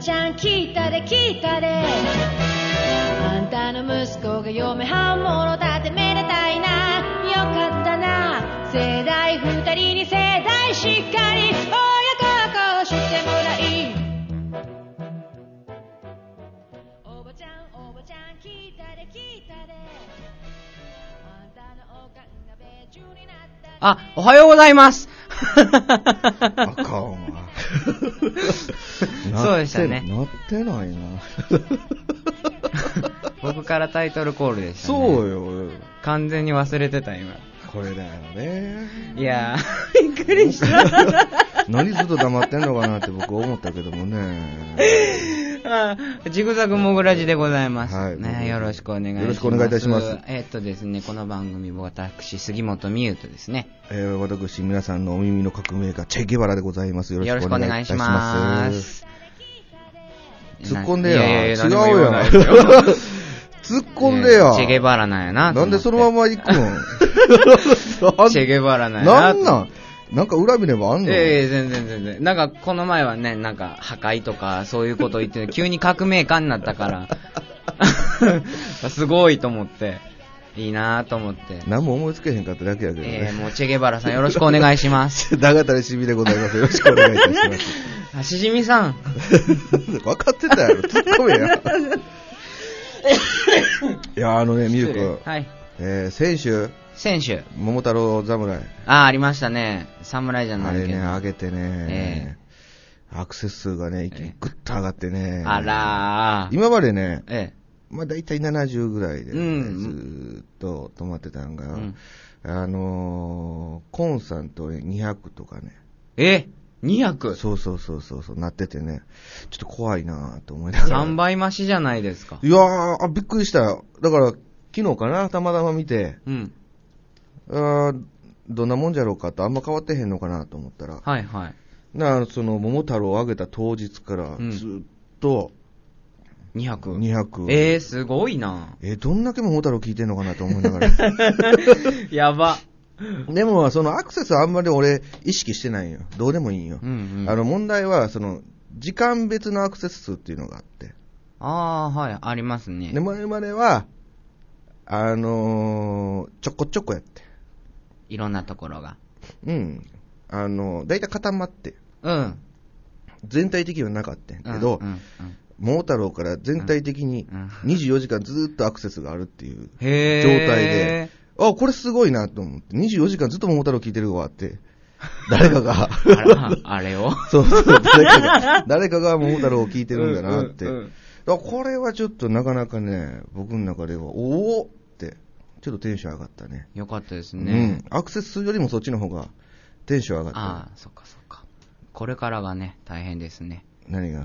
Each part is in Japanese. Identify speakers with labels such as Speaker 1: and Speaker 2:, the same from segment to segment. Speaker 1: ちゃん聞いたで聞いたであんたの息子が嫁はんものだってめでたいなよかったな世代二人に世代しっかり親孝行してもらいおばちゃんおばちゃん聞いたで聞いたであんたのおかんが米中になったで
Speaker 2: あ、おはようござい ます。
Speaker 3: あかんわ。
Speaker 2: そうでしたね
Speaker 3: なってない な。
Speaker 2: 僕からタイトルコールでした、ね。
Speaker 3: そう
Speaker 2: よ。
Speaker 3: よ。
Speaker 2: 完全に忘れてた、今。
Speaker 3: これだよね。
Speaker 2: いやー、 びっくりした。
Speaker 3: 何ずっと黙ってんのかなって僕思ったけど もね。
Speaker 2: あジグザグモグラジでございます。
Speaker 3: はい
Speaker 2: ね、よろしくお願いします。
Speaker 3: よろしくお願いいたします
Speaker 2: えっとですね、この番組、私、杉本美優とですね、
Speaker 3: えー、私、皆さんのお耳の革命家、チェ・ゲバラでございます。よ
Speaker 2: よ
Speaker 3: ろ
Speaker 2: ろ
Speaker 3: し
Speaker 2: し
Speaker 3: く
Speaker 2: く
Speaker 3: お
Speaker 2: お
Speaker 3: 願
Speaker 2: 願
Speaker 3: いい
Speaker 2: い
Speaker 3: た
Speaker 2: し
Speaker 3: しま
Speaker 2: ますす。。
Speaker 3: 突っ込んでや
Speaker 2: いやいや
Speaker 3: 違
Speaker 2: 何も
Speaker 3: う
Speaker 2: 言
Speaker 3: や
Speaker 2: わ
Speaker 3: ん
Speaker 2: ない
Speaker 3: 突っ込んでや
Speaker 2: ねチェゲバラなんやな。
Speaker 3: なんでそのま
Speaker 2: ま
Speaker 3: ま行く の
Speaker 2: チェゲバラなんや
Speaker 3: なん
Speaker 2: と
Speaker 3: な
Speaker 2: 思っ
Speaker 3: んなんか恨みでもあん
Speaker 2: て
Speaker 3: の
Speaker 2: いやいや、全然全然。なんか、この前はね、なんか、破壊とか、そういうこと言って、 急に革命家になったから、すごいと思って、いいなと思って。
Speaker 3: 何も思いつけへんかっただけやけど
Speaker 2: えー、
Speaker 3: ね。
Speaker 2: もう、チェゲバラさん、よろしくお願いします。
Speaker 3: 長谷しみでございます。よろしくお願いいたします。
Speaker 2: あしじみさん。
Speaker 3: 分かってたやろ、突っ込め や。いや、あのね、みゆくん、
Speaker 2: はい。
Speaker 3: えー、先週、
Speaker 2: 選手。
Speaker 3: 桃太郎侍、
Speaker 2: あ、ありましたね。侍じゃ
Speaker 3: あ
Speaker 2: ない
Speaker 3: れ
Speaker 2: け
Speaker 3: ね、
Speaker 2: ど。
Speaker 3: 上げてね、アクセス数がね、一気にぐっと上がってね、
Speaker 2: あらー。
Speaker 3: 今までね、
Speaker 2: え
Speaker 3: まあ、大体70ぐらいで、
Speaker 2: う
Speaker 3: ね
Speaker 2: ん
Speaker 3: ずーっと止まってたんが、
Speaker 2: うん
Speaker 3: あのー、コンさんと200とかね、
Speaker 2: え。え ?200?3
Speaker 3: そうそうそうそうそう、なっててね、ちょっと怖いなぁと思いながら。
Speaker 2: 倍増しじゃないですか。
Speaker 3: いやーあ、びっくりしたよ。だから、昨日かな、たまたま見て、
Speaker 2: うん。
Speaker 3: あーどんなもんじゃろうかと、あんま変わってへんのかなと思ったら、
Speaker 2: はいはい。
Speaker 3: なその、桃太郎をあげた当日から、
Speaker 2: うん
Speaker 3: ずーっと
Speaker 2: 200。
Speaker 3: 200。
Speaker 2: えー、すごいな
Speaker 3: えどんだけ桃太郎聞いてんのかなと思いながら。
Speaker 2: やば。
Speaker 3: でも、そのアクセスはあんまり俺、意識してないんよ。どうでもいいんよ。
Speaker 2: うんうん。
Speaker 3: あの、問題は、その、時間別のアクセス数っていうのがあって。
Speaker 2: あー、はい、ありますね。
Speaker 3: で、前までは、あのーちょこちょこやって。
Speaker 2: いろんなところが。
Speaker 3: うん。あのー、だいたい固まって。
Speaker 2: うん。
Speaker 3: 全体的にはなかったんやけど、
Speaker 2: うんうん
Speaker 3: 桃太郎から全体的に
Speaker 2: うんうん
Speaker 3: 24時間ずーっとアクセスがあるっていう
Speaker 2: うん、
Speaker 3: 状
Speaker 2: へー。
Speaker 3: 態で、あ、これすごいなと思って、24時間ずっと桃太郎聞いてるわって、誰 かが、
Speaker 2: あら、あ れを。
Speaker 3: そうそう、誰かが、誰かが桃太郎を聞いてるんだなって。
Speaker 2: うんうんうん
Speaker 3: だからこれはちょっとなかなかね、僕の中では、おおって、ちょっとテンション上がったね。
Speaker 2: よかったですね。
Speaker 3: うん。アクセス数よりもそっちの方がテンション上がった。
Speaker 2: ああ、そっかそっか。これからがね、大変ですね。
Speaker 3: 何が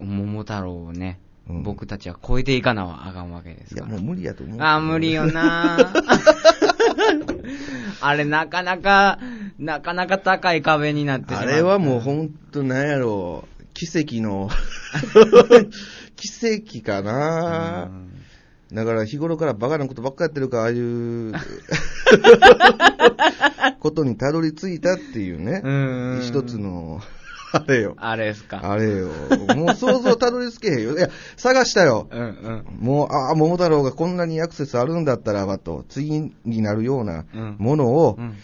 Speaker 2: 桃太郎をね、
Speaker 3: うん
Speaker 2: 僕たちは超えていかなはあかんわけです
Speaker 3: い
Speaker 2: か
Speaker 3: や、
Speaker 2: ら。
Speaker 3: もう無理やと思う。
Speaker 2: ああ、無理よな あれ、なかなか、なかなか高い壁になってしま
Speaker 3: あ
Speaker 2: う
Speaker 3: れはもう本当なんやろう、奇跡 の、奇跡かな、だから日頃からバカなことばっかやってるから、ああいう ことにたどり着いたっていうね、
Speaker 2: うん
Speaker 3: 一つの、あれよ、
Speaker 2: あれですか。
Speaker 3: あれよ、もう想像たどり着けへんよ。いや、探したよ。
Speaker 2: うんうん。
Speaker 3: もう、ああ、桃太郎がこんなにアクセスあるんだったらばと、次になるような
Speaker 2: うん
Speaker 3: ものを、
Speaker 2: うん、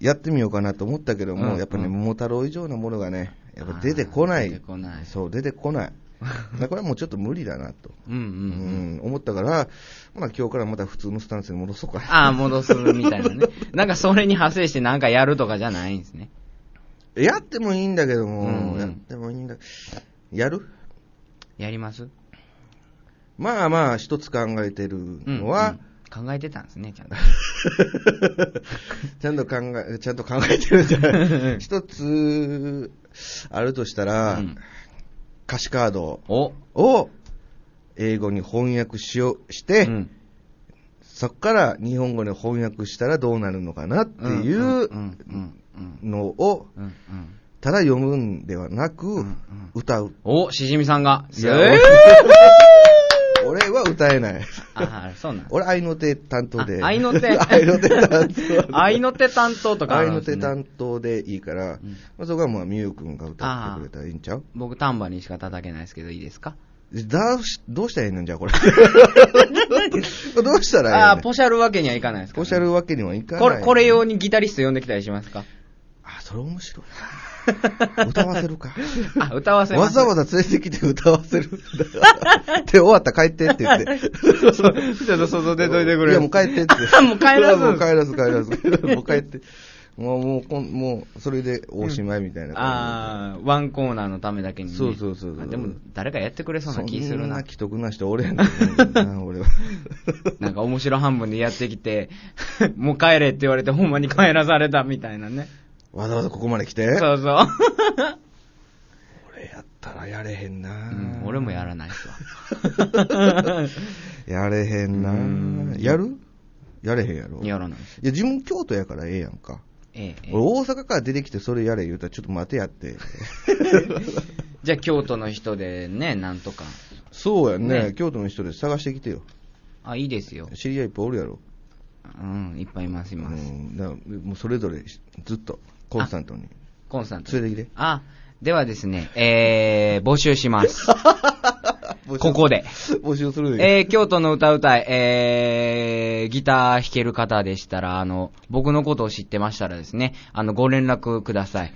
Speaker 3: やってみようかなと思ったけども、
Speaker 2: うん
Speaker 3: やっぱね、
Speaker 2: うん
Speaker 3: 桃太郎以上のものがね、やっぱ出てこない。
Speaker 2: あー出てこない
Speaker 3: そう、出てこない。だからこれはもうちょっと無理だなと、
Speaker 2: うんうんう
Speaker 3: うん
Speaker 2: ん。
Speaker 3: 思ったから、まあ今日からまた普通のスタンスに戻そうかな。
Speaker 2: ああ、戻すみたいなね。なんかそれに派生してなんかやるとかじゃないんですね。
Speaker 3: やってもいいんだけども、
Speaker 2: うんうん
Speaker 3: やってもいいんだやる
Speaker 2: やります
Speaker 3: まあまあ、一つ考えてる
Speaker 2: うん
Speaker 3: のは、
Speaker 2: うん考えてたんですね、ちゃんと。
Speaker 3: ちゃんと考え、ちゃんと考えてるんじゃ ない一つ、あるとしたら、
Speaker 2: うん
Speaker 3: 歌詞カード
Speaker 2: お、
Speaker 3: を英語に翻訳しようして、
Speaker 2: うん
Speaker 3: そこから日本語に翻訳したらどうなるのかなっていうん
Speaker 2: うんうん
Speaker 3: のを、
Speaker 2: うんうんうん
Speaker 3: ただ読むんではな
Speaker 2: うんう
Speaker 3: く
Speaker 2: ん、
Speaker 3: 歌う。
Speaker 2: お、しじみさんが。
Speaker 3: いや
Speaker 2: えー
Speaker 3: 俺はは歌えない。
Speaker 2: ああ、そうなん。
Speaker 3: 俺、愛の手担当で。
Speaker 2: あ合い の手
Speaker 3: 愛の手担当で。
Speaker 2: 愛の手担当とかあ
Speaker 3: 愛
Speaker 2: るん
Speaker 3: の
Speaker 2: です
Speaker 3: 手
Speaker 2: ね、
Speaker 3: 担当でいいから、
Speaker 2: ん
Speaker 3: まあ、そこはまあ、みゆうくんが歌ってくれたらいいんちゃう
Speaker 2: 僕、タンバリンしか叩けないですけど、いいですか
Speaker 3: だうしどうしたらいいのじゃあ、これ。 どうしたらいいの
Speaker 2: ああ、ポシャるわけにはいかないですか、
Speaker 3: こうしゃるわけにはいかない。
Speaker 2: これ、これ用にギタリスト呼んできたりしますか
Speaker 3: あ、それ面白いな。 歌わせるか。
Speaker 2: あ、歌わせま
Speaker 3: わ
Speaker 2: す。
Speaker 3: ざわざ連れてきて歌わせるんだ。 で、終わった、帰ってって言 って。
Speaker 2: ざ。ちょっと外出といてくれ。
Speaker 3: いや、もう帰ってって。
Speaker 2: あ もう帰らず
Speaker 3: もう帰らず、帰らず、帰らず もう帰って。もう、もうこん、もう、それでおしまいみたいな感
Speaker 2: ああ、ワンコーナーのためだけに、ね。
Speaker 3: そうそうそうそう
Speaker 2: あでも、誰かやってくれ
Speaker 3: じ。
Speaker 2: そうな気する
Speaker 3: そんな
Speaker 2: な。
Speaker 3: 既得な人おれへんと思う な、俺は。
Speaker 2: なんか面白半分でやってきて、 もう帰れって言われて、ほんまに帰らされたみたいなね。
Speaker 3: わざわざここまで来て。
Speaker 2: そうそう。
Speaker 3: 俺やったらやれへん
Speaker 2: う
Speaker 3: な、
Speaker 2: ん、俺もやらないっすわ。
Speaker 3: やれへんな、
Speaker 2: うん
Speaker 3: やるやれへんやろ。
Speaker 2: やらないっす。
Speaker 3: いや、自分京都やからええやんか。
Speaker 2: ええええ
Speaker 3: 俺大阪から出てきてそれやれ言うたらちょっと待て やって。
Speaker 2: じゃあ、京都の人でね、なんとか。
Speaker 3: そうやんね
Speaker 2: ね
Speaker 3: 京都の人で探してきてよ。
Speaker 2: あ、いいですよ。
Speaker 3: 知り合いいっぱいおるやろ。
Speaker 2: うん、いっぱいいます、います。
Speaker 3: うん、だからもうそれぞれずっとコンスタントに
Speaker 2: コンさんと。
Speaker 3: 連れてきて。
Speaker 2: あ、ではですね、えー、募集し ます。 ここで。
Speaker 3: 募集するで。
Speaker 2: えー、京都の歌うたい、えー、ギター弾ける方でしたら、あの、僕のことを知ってましたらですね、あの、ご連絡くださ い。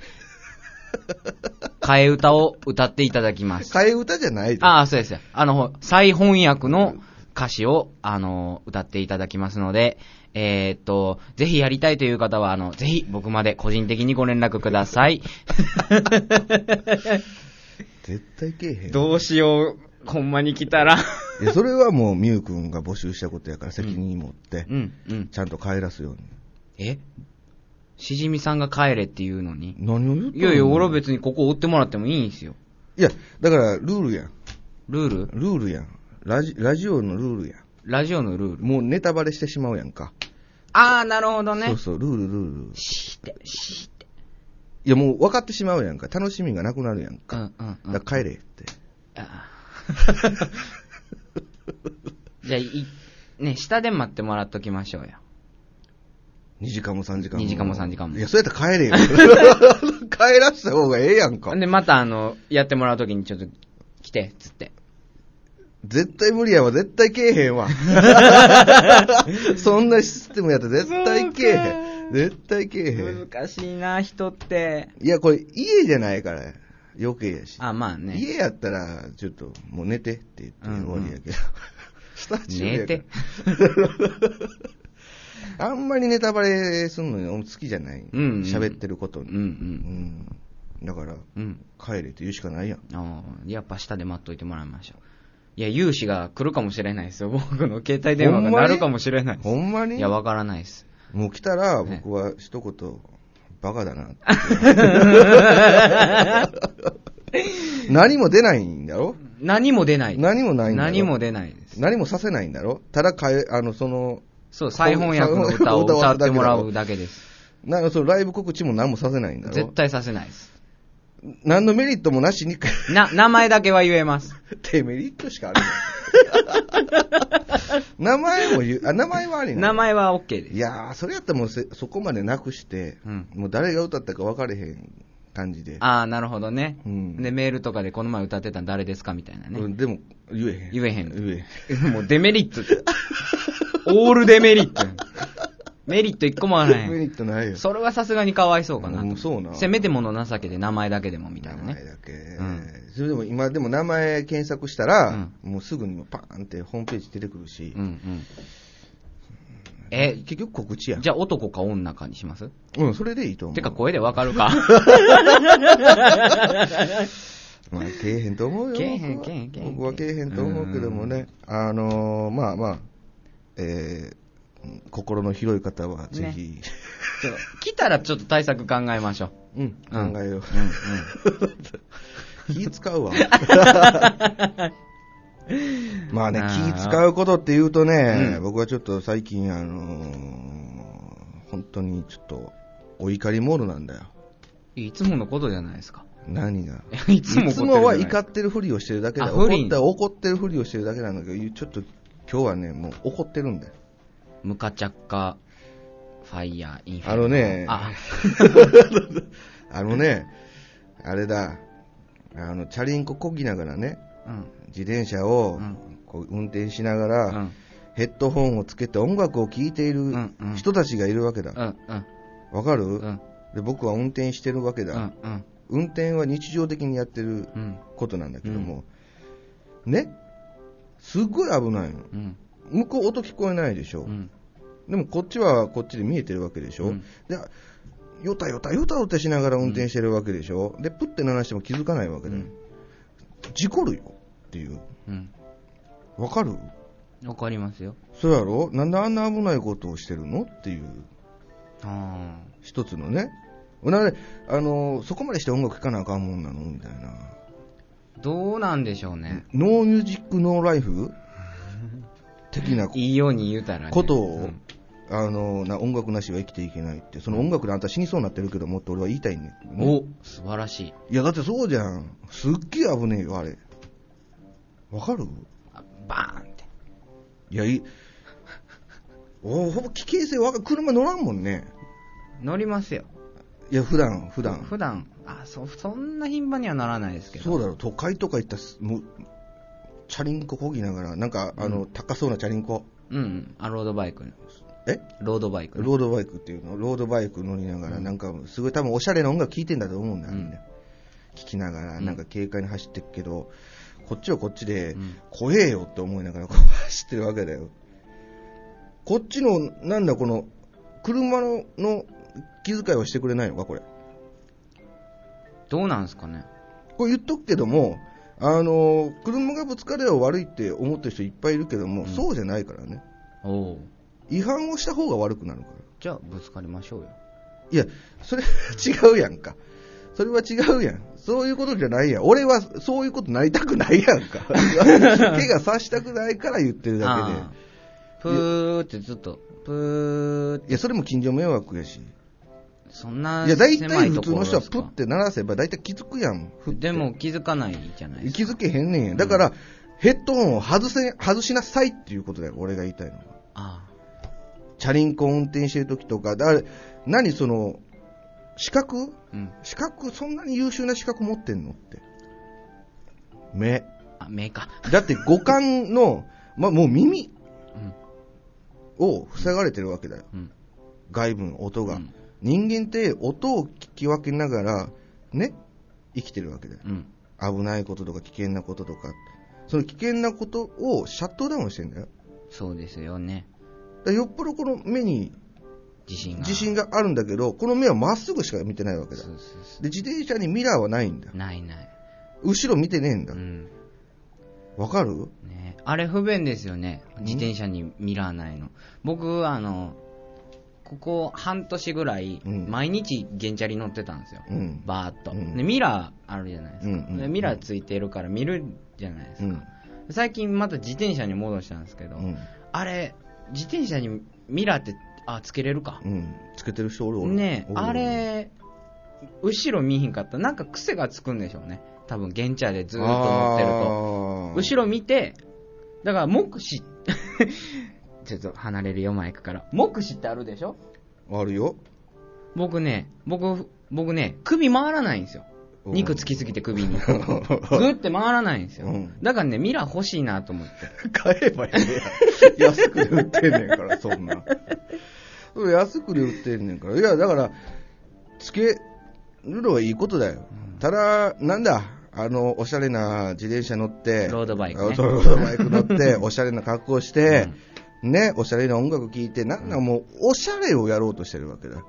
Speaker 2: 替え歌を歌っていただきます。
Speaker 3: 替え歌じゃないで
Speaker 2: ああ、そうです。あの、再翻訳の歌詞を、あの、歌っていただきますので、えーっと、ぜひやりたいという方は、あの、ぜひ僕まで個人的にご連絡ください。
Speaker 3: 絶対けえへ ん。
Speaker 2: どうしよう、ほんまに来たら。
Speaker 3: いやそれはもうみゆくんが募集したことやから責任持って、
Speaker 2: うん、うん。
Speaker 3: ちゃんと帰らすように。
Speaker 2: えしじみさんが帰れって言うのに。
Speaker 3: 何を言ってんの
Speaker 2: いやいや、俺は別にここ追ってもらってもいいんですよ。
Speaker 3: いや、だからルールやん。
Speaker 2: ルール
Speaker 3: ルールやん。ラジラジオのルールやん。
Speaker 2: ラジオのルール。
Speaker 3: もうネタバレしてしまうやんか。
Speaker 2: あー、なるほど
Speaker 3: そ
Speaker 2: ね
Speaker 3: う。そう、ルールルール。
Speaker 2: しーって、しーって。
Speaker 3: いや、もう分かってしまうやんか。楽しみがなくなるやん
Speaker 2: う
Speaker 3: か。
Speaker 2: んうんうん。
Speaker 3: だから帰れって。
Speaker 2: あ ーじゃあ、い、ね、下で待ってもらっときましょうよ。
Speaker 3: 2時間も3時間も。
Speaker 2: 2時間も3時間も
Speaker 3: いや、そうやったら帰れよ。 帰らした方がええやんか。
Speaker 2: で、またあの、やってもらうときにちょっと来て、つって。
Speaker 3: 絶対無理やわ、絶対け えへんわ。そんなシステムやったら絶対けえへん。絶対けえへん。
Speaker 2: 難しいな、人って。
Speaker 3: いや、これ家じゃないから、余計やし。
Speaker 2: あ、まあね。
Speaker 3: 家やったら、ちょっと、もう寝てって言って終わりやけど。スタジオや
Speaker 2: 寝
Speaker 3: から
Speaker 2: て。
Speaker 3: あんまりネタバレするの好きじゃない。
Speaker 2: うんうん
Speaker 3: 喋ってること
Speaker 2: うん
Speaker 3: に。
Speaker 2: う。
Speaker 3: うんん。だから、
Speaker 2: うん。
Speaker 3: 帰れって言うしかないやん。
Speaker 2: ああ、やっぱ下で待っといてもらいましょう。いや、有志が来るかもしれないですよ。 僕の携帯電話が鳴るかもしれないです。
Speaker 3: ほんまに
Speaker 2: いや、わからないです。
Speaker 3: もう来たら、僕は一言、バカだなって。 何も出ないんだろ
Speaker 2: 何も出ない。
Speaker 3: 何もないんだろ
Speaker 2: 何も出ないです。
Speaker 3: 何もさせないんだろただかえ、あの、その、
Speaker 2: そう、再翻訳の歌を
Speaker 3: 再
Speaker 2: 歌
Speaker 3: 翻
Speaker 2: って
Speaker 3: 訳 の歌を
Speaker 2: もらうだけです。
Speaker 3: なんかそのライブ告知も何もさせないんだろ
Speaker 2: 絶対させないです。
Speaker 3: 何のメリットもなしに、
Speaker 2: な、名前だけは言えます。
Speaker 3: デメリットしかある の名前も言う、あ、名前はありなの
Speaker 2: 名前は OK です。
Speaker 3: いやー、それやったらもうせそこまでなくして、
Speaker 2: うん
Speaker 3: もう誰が歌ったか分かれへん感じで。
Speaker 2: ああ、なるほどね。
Speaker 3: うん
Speaker 2: で、メールとかでこの前歌ってたの誰ですかみたいな
Speaker 3: う
Speaker 2: ね。
Speaker 3: んでも、言えへん。
Speaker 2: 言えへん
Speaker 3: 言
Speaker 2: もうデメリット。オールデメリット。メリット一個もあ
Speaker 3: え
Speaker 2: らへ
Speaker 3: へん。
Speaker 2: ん
Speaker 3: メ。リットないよ。
Speaker 2: それはさすがにかわいそうかなと、
Speaker 3: うんそうな
Speaker 2: せめてもの情けで名前だけでもみたいな
Speaker 3: 名前
Speaker 2: ね。
Speaker 3: だけ。
Speaker 2: ん
Speaker 3: それでも今でも名前検索したら、もうすぐにもパーンってホームページ出てくるし、
Speaker 2: うんうん。え、
Speaker 3: 結局告知やん。
Speaker 2: じゃあ男か女かにします
Speaker 3: うん、それでいいと思う。
Speaker 2: てか声でわかる か。
Speaker 3: まあ、けえへんと思うよ。
Speaker 2: けえへん
Speaker 3: 僕は
Speaker 2: けえへんけえへん
Speaker 3: 僕はけえへんと思うけどもね、あのー、まあまあ、えー、心の広い方はぜひ、
Speaker 2: ちょっと来たらちょっと対策考えましょう。
Speaker 3: うん、
Speaker 2: うん
Speaker 3: 考え
Speaker 2: う
Speaker 3: よう。
Speaker 2: んうん。
Speaker 3: 気使 うわ。まあね、
Speaker 2: あー
Speaker 3: 気使うことって言うとね、
Speaker 2: うん
Speaker 3: 僕はちょっと最近、あのー本当にちょっと、お怒りモードなんだよ。
Speaker 2: いつものことじゃないですか。
Speaker 3: 何が
Speaker 2: い
Speaker 3: い
Speaker 2: つも怒ってるじゃない
Speaker 3: つもは怒ってるふりをしてるだけだ
Speaker 2: あ不
Speaker 3: 怒
Speaker 2: 倫
Speaker 3: った怒ってるふりをしてるだけなんだけどちょっと今日はねもう怒ってるん だよ
Speaker 2: ムカチャッカ、ファイヤー、インフェ
Speaker 3: あ
Speaker 2: ルノ
Speaker 3: のね
Speaker 2: あ、
Speaker 3: あのねあれだあのチャリンコこぎながらね
Speaker 2: うん。
Speaker 3: 自転車を
Speaker 2: うん
Speaker 3: こう運転しなが
Speaker 2: う
Speaker 3: ら、
Speaker 2: ん。
Speaker 3: ヘッドホンをつけて音楽を聴いている
Speaker 2: うんうん
Speaker 3: 人たちがいるわけだ。
Speaker 2: う
Speaker 3: わ、
Speaker 2: ん。うん。
Speaker 3: かる、
Speaker 2: うん。
Speaker 3: で僕は運転してるわけだ、
Speaker 2: うん。うん。
Speaker 3: 運転は日常的にやってる
Speaker 2: うん。
Speaker 3: ことなんだけども、ね、すっごい危ないの。
Speaker 2: うん。
Speaker 3: 向こう音聞こえないでしょ。
Speaker 2: うん。
Speaker 3: でもこっちはこっちで見えてるわけでしょ。
Speaker 2: うん
Speaker 3: でよたよたよたよたしながら運転してるわけでしょ。で、プッて鳴らしても気づかないわけだよ。事故るよっていう。
Speaker 2: うん。
Speaker 3: わかる
Speaker 2: わかりますよ。
Speaker 3: そうやろなんであんな危ないことをしてるのっていう。
Speaker 2: あ
Speaker 3: 一つのね、なんで、あのそこまでして音楽聴かなあかんもんなのみたいな、
Speaker 2: あ。どうなんでしょうね。
Speaker 3: ノーミュージック、ノーラ イフ的なこ
Speaker 2: いいように言うたらね。
Speaker 3: と
Speaker 2: う
Speaker 3: を
Speaker 2: ん、
Speaker 3: あのな音楽なしは生きていけないって、その音楽であんた死にそうになってるけどもって俺は言いたいね、
Speaker 2: お、素晴らしい。
Speaker 3: いや、だってそうじゃん、すっげえ危ねえよ、あれ、わかる
Speaker 2: あバーンって。
Speaker 3: いや、いおほぼ危険性わかる、車乗らんもんね、
Speaker 2: 乗りますよ。
Speaker 3: いや、普段普段
Speaker 2: 普段、あ、そ、そんな頻繁にはならないですけど。
Speaker 3: そうだろ、都会とか行ったらす、もう、チャリンコこぎながら、なんか、あの、高そうなチャリンコ、
Speaker 2: うんうん。あ、ロードバイクの。
Speaker 3: え
Speaker 2: ロードバイクの。
Speaker 3: ロードバイクっていうの、ロードバイク乗りながら、なんか、すごい多分おしゃれな音楽聴いてんだと思うんだよ、
Speaker 2: うん
Speaker 3: ね聞きながら、
Speaker 2: うん
Speaker 3: なんか軽快に走ってくけど、こっちはこっちで、
Speaker 2: うん
Speaker 3: 怖えよって思いながらこ う走ってるわけだよ。こっちの、なんだこの、車のの気遣いはしてくれないのか、これ。
Speaker 2: どうなんですかね。
Speaker 3: これ言っとくけども、あの車がぶつかれば悪いって思ってる人いっぱいいるけども、
Speaker 2: うん
Speaker 3: そうじゃないからね、
Speaker 2: おお。
Speaker 3: 違反をした方が悪くなるから、
Speaker 2: じゃあ、ぶつかりましょうよ。
Speaker 3: いや、それ 違うやんか、それは違うやん、そういうことじゃないやん、俺はそういうことなりたくないやん か、 怪我さしたくないから言ってるだ
Speaker 2: あープーってずっと、プーっ
Speaker 3: け
Speaker 2: て、
Speaker 3: で、いや、それも近所迷惑やし、
Speaker 2: そんない
Speaker 3: や、大
Speaker 2: 狭
Speaker 3: 体
Speaker 2: いと
Speaker 3: 普
Speaker 2: こ
Speaker 3: 通
Speaker 2: ろ
Speaker 3: の
Speaker 2: です
Speaker 3: 人
Speaker 2: か
Speaker 3: はプって鳴らせば、大体気づくやん、ふって
Speaker 2: でも気づかないじゃないですか。
Speaker 3: 気づけへんねんやだから、ヘッドホンを外せ、外しなさいっていうことだよ、俺が言いたいのは。
Speaker 2: あ
Speaker 3: チャリンコ運転してる時とか、だ何その、資格
Speaker 2: あ、うん。
Speaker 3: 資格、そんなに優秀な資格持ってんのって。目。
Speaker 2: あ、目か。
Speaker 3: だって五感の、ま、もう耳
Speaker 2: うん。
Speaker 3: を塞がれてるわけだよ。
Speaker 2: うん。
Speaker 3: 外部の音が。
Speaker 2: うん
Speaker 3: 人間って音を聞き分けながら、ね、生きてるわけだよ。
Speaker 2: うん。
Speaker 3: 危ないこととか危険なこととか。その危険なことをシャットダウンしてんだよ。
Speaker 2: そうですよね。
Speaker 3: だからよっぽどこの目に
Speaker 2: 自信が。
Speaker 3: 自信があるんだけど、この目はまっすぐしか見てないわけだ
Speaker 2: そ。うそうそ
Speaker 3: で自転車にミラーはないんだ
Speaker 2: う。ないない。
Speaker 3: 後ろ見てねえんだ
Speaker 2: うん。
Speaker 3: わかる
Speaker 2: ね、あれ不便ですよね。自転車にミラーないの。僕、あの、ここ半年ぐらい、
Speaker 3: うん
Speaker 2: 毎日原チャリ乗ってたんですよ。
Speaker 3: うん
Speaker 2: バーっと、
Speaker 3: うん
Speaker 2: でミラーあるじゃないですか、
Speaker 3: うんうん
Speaker 2: でミラーついてるから見るじゃないです
Speaker 3: う
Speaker 2: か、
Speaker 3: ん
Speaker 2: 最近また自転車に戻したんですけど、
Speaker 3: うん
Speaker 2: あれ自転車にミラーってあつけれるか、
Speaker 3: うんつけてる人おるおる
Speaker 2: ねえ
Speaker 3: おるおる
Speaker 2: あれ後ろ見ひんかったなんか癖がつくんでしょうね多分現茶でずーっと乗ってると
Speaker 3: あー
Speaker 2: 後ろ見てだから目視 ちょっと離れるよマイクから目視ってあるでしょ
Speaker 3: あるよ
Speaker 2: 僕ね僕僕ね首回らないんですよ
Speaker 3: うん
Speaker 2: 肉つきすぎて首 に。ぐって回らないんですよ
Speaker 3: うん。
Speaker 2: だからね、ミラー欲しいなと思って。
Speaker 3: 買えばいいやん安くで売ってんねんからそんなそれ安くで売ってんねんからいやだからつけるのはいいことだよ、ただなんだあのおしゃれな自転車乗って
Speaker 2: ロードバイクね
Speaker 3: あそうロードバイク乗って おしゃれな格好して、ねおしゃれな音楽聴いてなんだもうおしゃれをやろうとしてるわけだ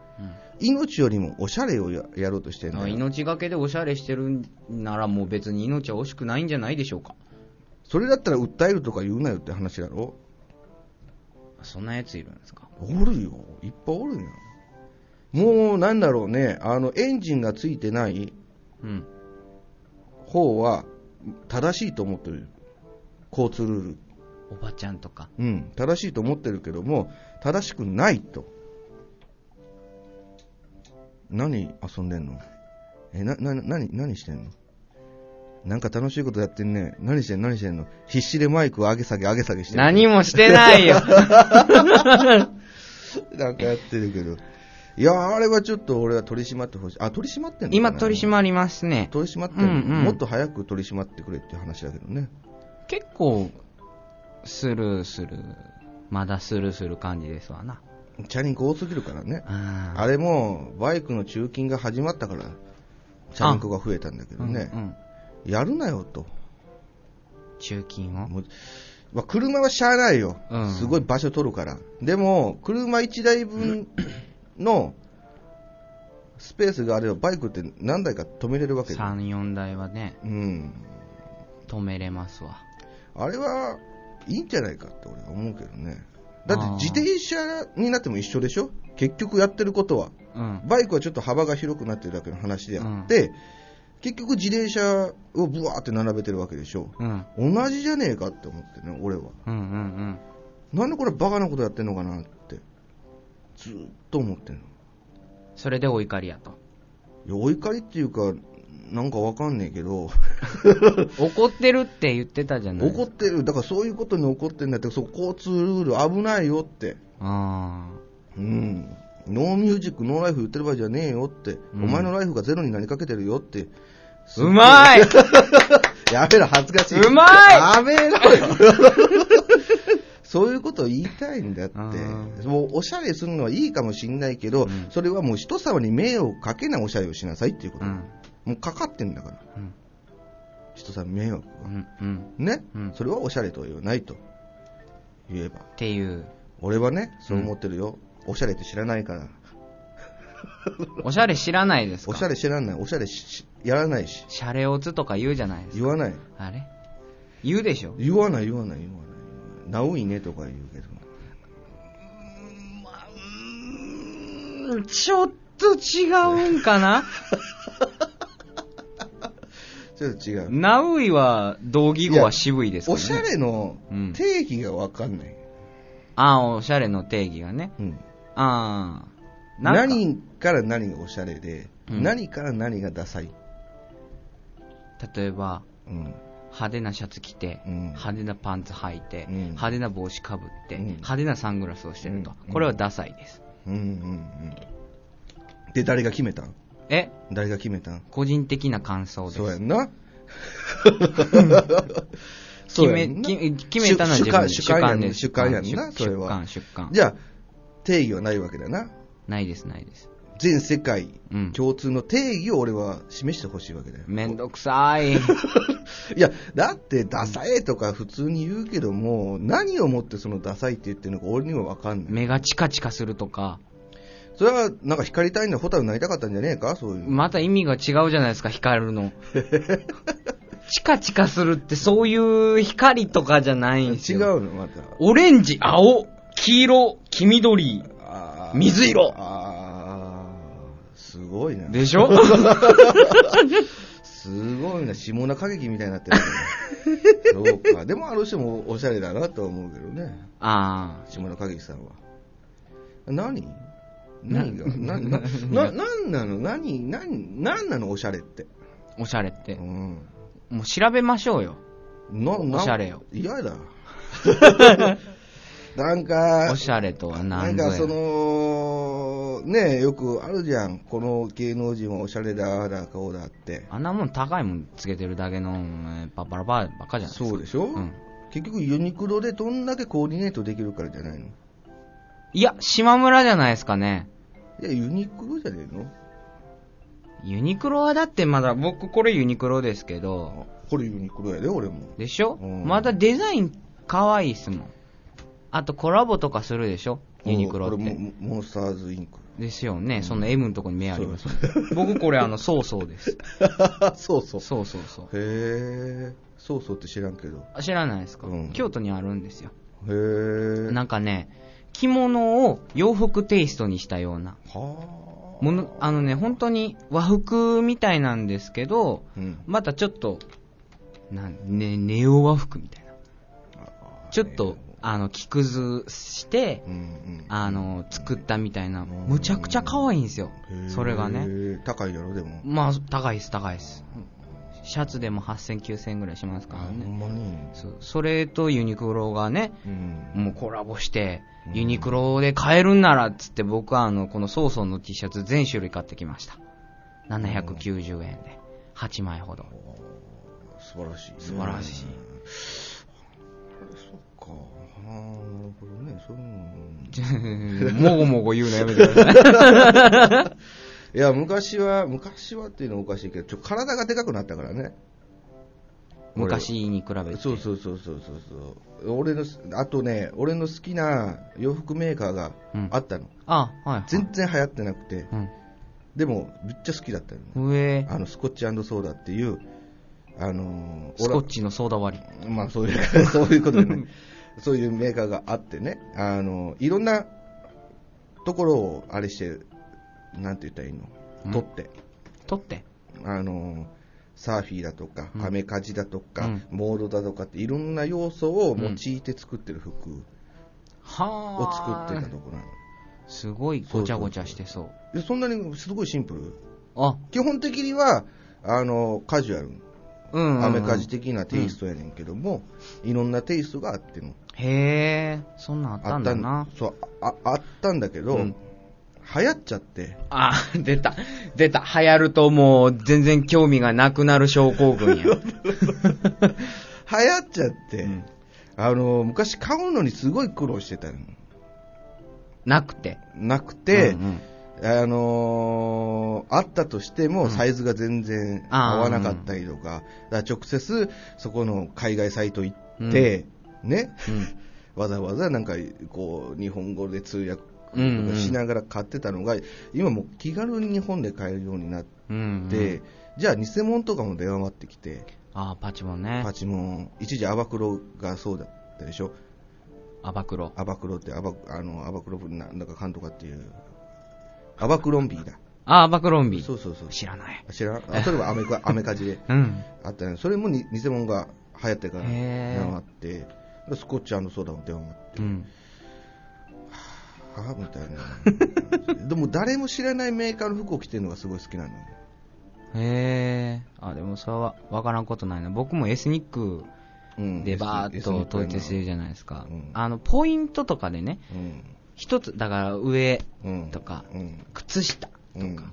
Speaker 3: 命よりもおしゃれをややろうとしてるん
Speaker 2: うん
Speaker 3: だよ
Speaker 2: 命がけでおしゃれしてるならもう別に命は惜しくないんじゃないでしょうか。
Speaker 3: それだったら訴えるとか言うなよって話だろ
Speaker 2: そんなやついるんですか。
Speaker 3: おるよ、いっぱいおるよ。もうなんだろうね、あのエンジンがついてない
Speaker 2: うん。
Speaker 3: 方は正しいと思ってる、交通ルール、
Speaker 2: おばちゃんとか。
Speaker 3: うん、正しいと思ってるけども、正しくないと。何遊んでんのええ、な、な、なに、何してんのなんか楽しいことやってんね。何してんの何してんの必死でマイクを上げ下げ上げ下げしてる
Speaker 2: 何もしてない よ。
Speaker 3: なんかやってるけど。いや、あれはちょっと俺は取り締まってほしい。あ、取り締まってんのかな
Speaker 2: 今取り締まりますね。
Speaker 3: 取り締まってんの、
Speaker 2: うんうん
Speaker 3: もっと早く取り締まってくれっていう話だけどね。
Speaker 2: 結構、スルーする。まだスルーする感じですわな。
Speaker 3: チャリンコ多すぎるからね。
Speaker 2: あ
Speaker 3: あれも、バイクの中勤が始まったから、チャリンコが増えたんだけ
Speaker 2: う
Speaker 3: ど
Speaker 2: んう
Speaker 3: ね。
Speaker 2: ん。
Speaker 3: やるなよと。
Speaker 2: 中金を。
Speaker 3: もうまあ、車はしゃあないよ、
Speaker 2: うん
Speaker 3: すごい場所取るから、でも、車1台分のスペースがあれば、バイクって何台か止めれるわけで、
Speaker 2: 3、4台はね、
Speaker 3: うん、
Speaker 2: 止めれますわ。
Speaker 3: あれはいいんじゃないかって俺は思うけどね、だって
Speaker 2: あー
Speaker 3: 自転車になっても一緒でしょ、結局やってることは、
Speaker 2: うん。
Speaker 3: バイクはちょっと幅が広くなってるだけの話であって、結局、自転車をぶわーって並べてるわけでしょ、
Speaker 2: うん。
Speaker 3: 同じじゃねえかって思ってね、俺は。
Speaker 2: うんうんうん。
Speaker 3: なんでこれバカなことやってんのかなって、ずーっと思ってんの。
Speaker 2: それでお怒りやと。
Speaker 3: いや、お怒りっていうか、なんかわかんねえ けど、
Speaker 2: 怒ってるって言ってたじゃない
Speaker 3: 怒ってる、だからそういうことに怒ってんだって、そう交通ルール危ないよって、
Speaker 2: あ
Speaker 3: うん、ノーミュージック、ノーライフ言ってる場合じゃねえよって、
Speaker 2: うん
Speaker 3: お前のライフがゼロになりかけてるよって、
Speaker 2: あ。うま い
Speaker 3: やめろ、恥ずかしい。
Speaker 2: うまい
Speaker 3: やめろよ。 そういうことを言いたいんだっ
Speaker 2: あー
Speaker 3: て、もうおしゃれするのはいいかもしんないけど、
Speaker 2: うん
Speaker 3: それはもう人様に迷惑かけないおしゃれをしなさいっていうこと、
Speaker 2: うん。
Speaker 3: もうかかってんだから、
Speaker 2: うん。
Speaker 3: 人様に迷惑
Speaker 2: う
Speaker 3: が、
Speaker 2: ん。うん。
Speaker 3: ね、
Speaker 2: うん
Speaker 3: それはおしゃれとは言わないと言えば、
Speaker 2: っていう。
Speaker 3: 俺はね、そう思ってるよ、おしゃれって知らないから、
Speaker 2: おしゃれ知らないですか
Speaker 3: おしゃれ知らない、おしゃれししやらないし、
Speaker 2: シャレオツとか言うじゃないですか。
Speaker 3: 言わない、
Speaker 2: あれ言うでしょ
Speaker 3: 言わない、言わない、言わない、言わないなおいねとか言うけど。
Speaker 2: ちょっと違うんか な
Speaker 3: ちょっと違う。
Speaker 2: ナウイは、同義語は渋いですから
Speaker 3: お
Speaker 2: ね。
Speaker 3: しゃれの
Speaker 2: うん
Speaker 3: 定義が分かんない。
Speaker 2: ああ、おしゃれの定義がね。
Speaker 3: うん
Speaker 2: ああ。なんか
Speaker 3: 何から何がおしゃれで、
Speaker 2: うん
Speaker 3: 何から何がダサい。
Speaker 2: 例えば、
Speaker 3: うん
Speaker 2: 派手なシャツ着て、
Speaker 3: うん
Speaker 2: 派手なパンツ履いて、
Speaker 3: うん
Speaker 2: 派手な帽子かぶって、
Speaker 3: うん
Speaker 2: 派手なサングラスをしてると、
Speaker 3: うん
Speaker 2: これはダサいです。
Speaker 3: うんうんうんで、誰が決めたん
Speaker 2: え
Speaker 3: 誰が決めたん
Speaker 2: 個人的な感想です。
Speaker 3: そうやんな。
Speaker 2: 決
Speaker 3: そうや
Speaker 2: め
Speaker 3: んな
Speaker 2: き決めたのは自分で
Speaker 3: 主主観
Speaker 2: です
Speaker 3: 主観やん主観やんな
Speaker 2: 主
Speaker 3: それは
Speaker 2: 主観、
Speaker 3: じ
Speaker 2: ゃ
Speaker 3: ゃあ、定義はないわけだな。
Speaker 2: ないです、ないです。
Speaker 3: 全世界
Speaker 2: うん。
Speaker 3: 共通の定義を俺は示してほしいわけだよ。
Speaker 2: めんどくさい。
Speaker 3: いや、だって、ダサいとか普通に言うけども、何をもってそのダサいって言ってるのか俺には分かんない。
Speaker 2: 目がチカチカするとか、
Speaker 3: それは、なんか光りたいんだ、ホタルになりたかったんじゃねえかそういう。
Speaker 2: また意味が違うじゃないですか、光るの。 チカチカするってそういう光とかじゃないんです
Speaker 3: 違
Speaker 2: よ。
Speaker 3: うの、また。
Speaker 2: オレンジ、青、黄色、黄緑。
Speaker 3: あー
Speaker 2: 水色
Speaker 3: あーすごいな。
Speaker 2: でし ょ
Speaker 3: すごいな、下な歌劇みたいになってる けど。そうか。でも、あの人もおしゃれだなとは思うけどね。
Speaker 2: あ
Speaker 3: 下な歌劇さんは。何何が
Speaker 2: な
Speaker 3: 何な、な、なんなの何、何、何なのおしゃれって。
Speaker 2: あ、おしゃれって
Speaker 3: う。ん。
Speaker 2: もう調べましょうよ。
Speaker 3: なな
Speaker 2: おしゃれよ
Speaker 3: 嫌だなんか
Speaker 2: おしゃれとは
Speaker 3: な
Speaker 2: 何
Speaker 3: ん
Speaker 2: ぞや
Speaker 3: かそのねえよくあるじゃんこの芸能人はおしゃれだだこうだって
Speaker 2: あんなもん高いもんつけてるだけの、えーパッパラパーばっかじゃないですか。
Speaker 3: そうでしょ、
Speaker 2: うん
Speaker 3: 結局ユニクロでどんだけコーディネートできるからじゃないのい
Speaker 2: いや、島村じゃないですかね。
Speaker 3: やユニクロじゃねえの
Speaker 2: ユニクロはだってまだ、僕これユニクロですけど、
Speaker 3: これユニクロやで俺も
Speaker 2: でしょ、
Speaker 3: うん
Speaker 2: まだデザイン可愛いっすもん。あとコラボとかするでしょユニクロっ
Speaker 3: これ
Speaker 2: て。
Speaker 3: モモンスターズインク
Speaker 2: ですよね。その M のとこに目ありますもん。僕これあの、そうそうです。
Speaker 3: そうそう
Speaker 2: そうそうそう。
Speaker 3: へえそうそうって知らんけど
Speaker 2: あ知らないですか、
Speaker 3: うん
Speaker 2: 京都にあるんですよ。
Speaker 3: へえ
Speaker 2: なんかね、着物を洋服テイストにしたような。
Speaker 3: はあ
Speaker 2: もの、あのね、本当に和服みたいなんですけど、
Speaker 3: うん
Speaker 2: またちょっと、なんね、ネオ和服みたいな。ちょっとあの木くずして
Speaker 3: うんうん
Speaker 2: あの作ったみたいな
Speaker 3: うん
Speaker 2: むちゃくちゃ可愛いんですよ
Speaker 3: へー
Speaker 2: それがね
Speaker 3: 高いやろでも
Speaker 2: まあ高いです高いですシャツでも80009000円ぐらいしますから
Speaker 3: ほん
Speaker 2: ね
Speaker 3: まに
Speaker 2: そうそれとユニクロがね
Speaker 3: うん
Speaker 2: もうコラボして
Speaker 3: うん
Speaker 2: ユニクロで買えるんならっつって僕はあのこのソーソンの T シャツ全種類買ってきました790円で8枚ほど
Speaker 3: 素晴らしいね
Speaker 2: 素晴らしい
Speaker 3: そっかあーなるほどねそういうの
Speaker 2: もごもご言うのやめてく ださい。
Speaker 3: いや昔は昔はっていうのはおかしいけどちょ体がでかくなったからね
Speaker 2: 昔に比べて。
Speaker 3: そうそうそうそうそうそう俺のあとね俺の好きな洋服メーカーがあったの、
Speaker 2: あ、はい。
Speaker 3: 全然流行ってなくて
Speaker 2: うん。
Speaker 3: でもめっちゃ好きだったよね
Speaker 2: 上、
Speaker 3: あのスコッチソーダっていうあのー
Speaker 2: スコッチのソーダ割り。
Speaker 3: 俺は まあそういうそういうことでねそういうメーカーがあってねあのーいろんなところをあれしてなんて言ったらいいの
Speaker 2: うん
Speaker 3: 取って
Speaker 2: 取って。
Speaker 3: あのーサーフィーだとか、
Speaker 2: うん
Speaker 3: カメカジだとか、
Speaker 2: うん
Speaker 3: モードだとかっていろんな要素を用いて作ってる服、を
Speaker 2: は
Speaker 3: 作ってたところなの
Speaker 2: すごいごちゃごちゃしてそう。
Speaker 3: でそんなにすごいシンプル
Speaker 2: あ、
Speaker 3: 基本的にはあのカジュアル
Speaker 2: うんうんうん。
Speaker 3: アメカジ的なテイストやねんけども、いろんなテイストがあっての
Speaker 2: へえ、そんなんあったんだな。
Speaker 3: そうああったんだけど、
Speaker 2: うん
Speaker 3: 流行っちゃって
Speaker 2: あ、出た。出た。流行るともう全然興味がなくなる症候 群や。
Speaker 3: 流行っちゃって、
Speaker 2: うん
Speaker 3: あの昔買うのにすごい苦労してたの
Speaker 2: なくて。
Speaker 3: なくて、
Speaker 2: うんうん
Speaker 3: あのーあったとして
Speaker 2: う
Speaker 3: も
Speaker 2: ん
Speaker 3: サイズが全然
Speaker 2: あー
Speaker 3: 合わなかったりとか,、だから直接そこの海外サイト行って、ね
Speaker 2: うん
Speaker 3: わざわざなんかこう日本語で通訳とかしながら買ってたのが、今もう気軽に日本で買えるようになっ
Speaker 2: うんうん。
Speaker 3: て、じゃあ偽物とかも出回ってきて、
Speaker 2: あ、パチモンね
Speaker 3: パ。チモン、一時アバクロがそうだったでしょ、
Speaker 2: アバクロ。
Speaker 3: アバクロってアバあのアバクロななんかかんとかっていう、アバクロンビーだ、
Speaker 2: あ、アバクロンビ
Speaker 3: そうそうそう、
Speaker 2: 知らない。
Speaker 3: 知らん、あそれはアメ カアメカジで
Speaker 2: うん。
Speaker 3: あったね、それもに偽物が流行ってから
Speaker 2: へー
Speaker 3: 出回って、スコッチソーダも出回っ
Speaker 2: う
Speaker 3: て。
Speaker 2: ん。
Speaker 3: あみたい なでも誰も知らないメーカーの服を着てるのがすごい好きなのよ
Speaker 2: へえ。あ、でもそれは分からんことないな。僕もエスニック
Speaker 3: うん
Speaker 2: でバーっと統一してるじゃないですか
Speaker 3: うん。
Speaker 2: あの、ポイントとかでね、
Speaker 3: うん
Speaker 2: 一つ、だから上、
Speaker 3: うん
Speaker 2: とか
Speaker 3: うん
Speaker 2: 靴下
Speaker 3: う
Speaker 2: と
Speaker 3: ん
Speaker 2: か、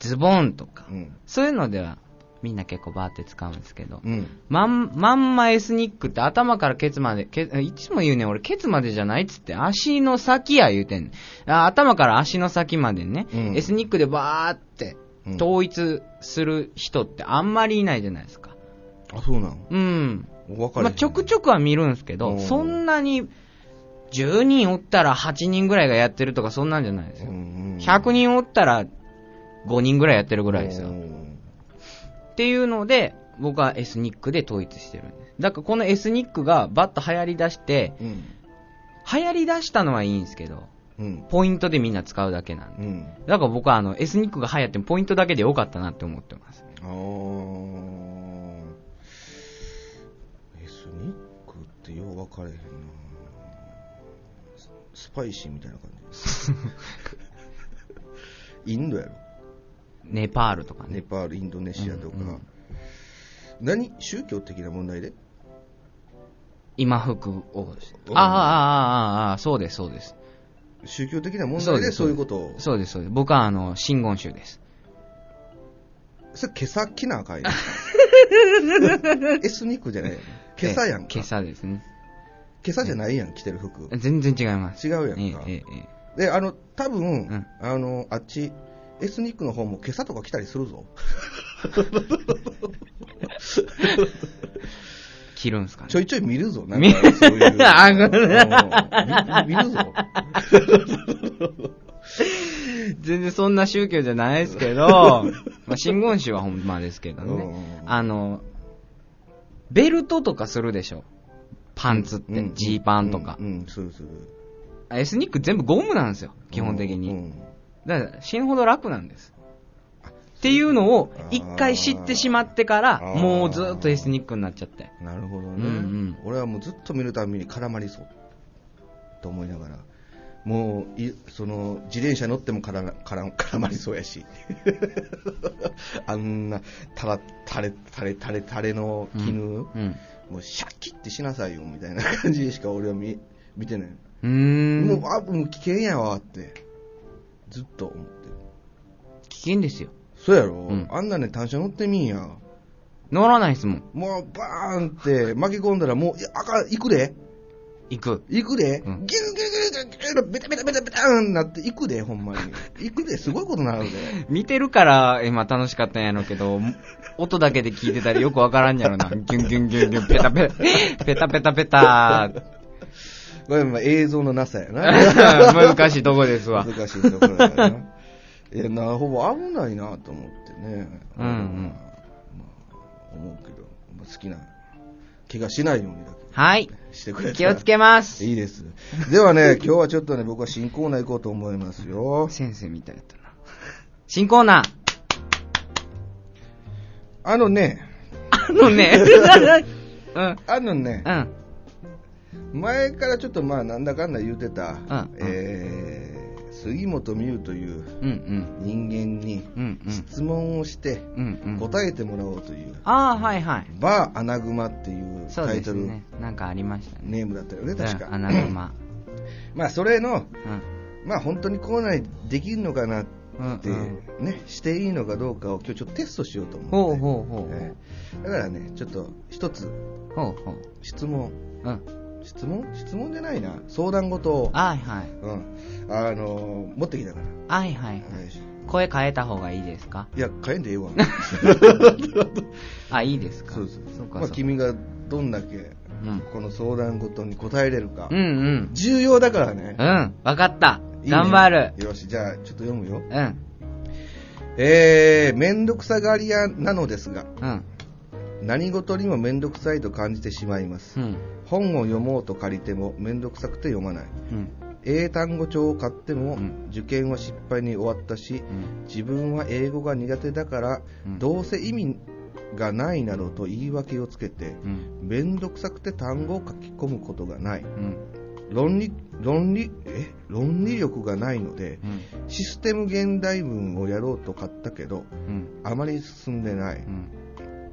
Speaker 2: ズボンとか
Speaker 3: う、ん
Speaker 2: そういうのではみんな結構バーって使うんですけど
Speaker 3: う、ん
Speaker 2: まん、まんまエスニックって頭からケツまで、ケいつも言うねん俺ケツまでじゃないっつって足の先や言うてんねんあ頭から足の先までね、
Speaker 3: うん
Speaker 2: エスニックでバーって
Speaker 3: うん
Speaker 2: 統一する人ってあんまりいないじゃないですか。
Speaker 3: あそうなの
Speaker 2: うん。
Speaker 3: 分かる
Speaker 2: まあ、ちょくちょくは見るんですけ
Speaker 3: う
Speaker 2: ど、
Speaker 3: ん
Speaker 2: そんなに10人おったら8人ぐらいがやってるとかそんなんじゃないですよ。100人おったら5人ぐらいやってるぐ
Speaker 3: ぐ
Speaker 2: らいですよ。っていうので、僕はエスニックで統一してるんです。だからこのエスニックがバッと流行り出して、
Speaker 3: うん
Speaker 2: 流行り出したのはいいんですけど、
Speaker 3: うん
Speaker 2: ポイントでみんな使うだけなんで。
Speaker 3: うん
Speaker 2: だから僕はあのエスニックが流行ってもポイントだけでよかったなって思ってます。
Speaker 3: あーエスニックってよう分かれへんなススパイシーみたいな感 じインドやろ
Speaker 2: ネパールとか
Speaker 3: ネ
Speaker 2: ね。
Speaker 3: パール、インドネシアとか、
Speaker 2: うんうん
Speaker 3: 何宗教的な問題で
Speaker 2: 今服を
Speaker 3: う。ん
Speaker 2: ああ、ああ、ああ、そうです、そうです。
Speaker 3: 宗教的な問
Speaker 2: そう
Speaker 3: 題
Speaker 2: で
Speaker 3: ですそういうことを、
Speaker 2: そうです、そうです。僕は、あの、真言宗です。
Speaker 3: それ、今朝きなあか んやんエスニックじゃないやん。今朝やん
Speaker 2: え今
Speaker 3: か。今
Speaker 2: 朝ですね。
Speaker 3: 朝じゃないやん、着てる服。
Speaker 2: 全然違います。
Speaker 3: 違うやんか。
Speaker 2: ええ、ええ、え
Speaker 3: で、あの、多分、
Speaker 2: ん
Speaker 3: あの、あっち、エスニックの方も今朝とか来たりするぞ。
Speaker 2: え着るんすかね
Speaker 3: ち。ょいちょい見るぞ、なん
Speaker 2: 見。
Speaker 3: か、そういう
Speaker 2: あごめん
Speaker 3: うん見見るぞ。
Speaker 2: 全然そんな宗教じゃないですけ ど、まあ、真言宗はほんまですけどね
Speaker 3: う。ん
Speaker 2: あの、ベルトとかするでしょ。パンツっ
Speaker 3: う
Speaker 2: て
Speaker 3: ん、
Speaker 2: ジーパンとか
Speaker 3: う。ん、うんするする。
Speaker 2: エスニック全部ゴムなんですよ、基本的
Speaker 3: う
Speaker 2: に。
Speaker 3: ん
Speaker 2: だから、死ぬほど楽なんです。っていうのを一回知ってしまってから
Speaker 3: あー
Speaker 2: もうずっとエスニックになっちゃって
Speaker 3: なるほどね、
Speaker 2: うんうん
Speaker 3: 俺はもうずっと見るたびに絡まりそうと思いながらもういその自転車乗っても絡ま絡絡まりそうや しあんなたらたれたれたれたれの絹、
Speaker 2: うん
Speaker 3: もうシャキってしなさいよみたいな感じでしか俺は見見てない、
Speaker 2: うーん
Speaker 3: もうあもう危険やわってずっと思ってる
Speaker 2: 危険ですよ
Speaker 3: そうやろ、
Speaker 2: ん
Speaker 3: あんなね単車乗ってみんや
Speaker 2: 乗らないですもん
Speaker 3: もうバーンって巻き込んだらもういやあかん行くで
Speaker 2: 行く
Speaker 3: 行くで、
Speaker 2: うん
Speaker 3: ギューギューギューギューギューギューベタベタベタベターンなって行くで、ほんまに。行くで、すごいことにな るで。
Speaker 2: 見てるから今楽しかったんやろうけど音だけで聞いてたらよくわからんやろなギュンギュンギュンギュンペタペタペタペタペタ
Speaker 3: これまあ映像のなさやな。
Speaker 2: 難しいとこですわ
Speaker 3: 難しいところ やな。いや、なほぼ危ないなと思ってね。
Speaker 2: うんうん
Speaker 3: まあ、思うけど、まあ好きな、怪我しないようにだ
Speaker 2: はい
Speaker 3: けしてくれたら
Speaker 2: 気をつけます
Speaker 3: いいです。で はね、今日はちょっとね、僕は新コーナー行こうと思いますよ。
Speaker 2: 先生みたいだったな新コーナー
Speaker 3: あのね、
Speaker 2: あのね うん
Speaker 3: あのね、
Speaker 2: うん
Speaker 3: 前からちょっとまあなんだかんだ言うてた、
Speaker 2: うん
Speaker 3: えー杉本美優という
Speaker 2: うん
Speaker 3: 人間に
Speaker 2: うんうんうん
Speaker 3: 質問をして
Speaker 2: うんうん
Speaker 3: 答えてもらおうという、
Speaker 2: ああはいはい
Speaker 3: バーアナグマっていう
Speaker 2: そう
Speaker 3: タイ
Speaker 2: で
Speaker 3: ト
Speaker 2: す
Speaker 3: ル、
Speaker 2: ねなんかありましたね
Speaker 3: ネームだったよね、確
Speaker 2: うんア
Speaker 3: か。
Speaker 2: ナグマ
Speaker 3: まあそれの、
Speaker 2: うん
Speaker 3: まあ本当にコーナーにできるのかなっ
Speaker 2: うん
Speaker 3: て、
Speaker 2: うん
Speaker 3: ね、していいのかどうかを今日ちょっとテストしようと
Speaker 2: ほ
Speaker 3: 思
Speaker 2: う
Speaker 3: って。
Speaker 2: ほうほう
Speaker 3: ええだからね、ちょっと一つ
Speaker 2: ほうほう
Speaker 3: 質問、
Speaker 2: うん
Speaker 3: 質問質問じゃないな、相談事を、
Speaker 2: はいはい
Speaker 3: うん、あの持ってきたから。
Speaker 2: はいはい
Speaker 3: はい
Speaker 2: 声変えた方がいいですか
Speaker 3: いや、変えんでえ えわ。
Speaker 2: あいいですかそうか
Speaker 3: まあ、
Speaker 2: そうか
Speaker 3: 君がどんだけ
Speaker 2: うん
Speaker 3: この相談事に答えれるか
Speaker 2: う。んうん
Speaker 3: 重要だからね
Speaker 2: う。んわかった
Speaker 3: いいね
Speaker 2: 頑張る
Speaker 3: よし、じゃあ、ちょっと読むよ。
Speaker 2: うん
Speaker 3: えー、めんどくさがり屋なのですが、
Speaker 2: うん
Speaker 3: 何事にもめんどくさいと感じてしまいます
Speaker 2: う。ん
Speaker 3: 本を読もうと借りてもめんどくさくて読まない。
Speaker 2: うん
Speaker 3: 英単語帳を買って
Speaker 2: う
Speaker 3: も、
Speaker 2: ん
Speaker 3: 受験は失敗に終わったし、
Speaker 2: うん
Speaker 3: 自分は英語が苦手だから、
Speaker 2: うん
Speaker 3: どうせ意味がないなどと言い訳をつけて、
Speaker 2: うん
Speaker 3: めんどくさくて単語を書き込むことがない
Speaker 2: うん
Speaker 3: 論理論理え論理力がないので
Speaker 2: うん
Speaker 3: システム現代文をやろうと買ったけど
Speaker 2: うん
Speaker 3: あまり進んでない
Speaker 2: うん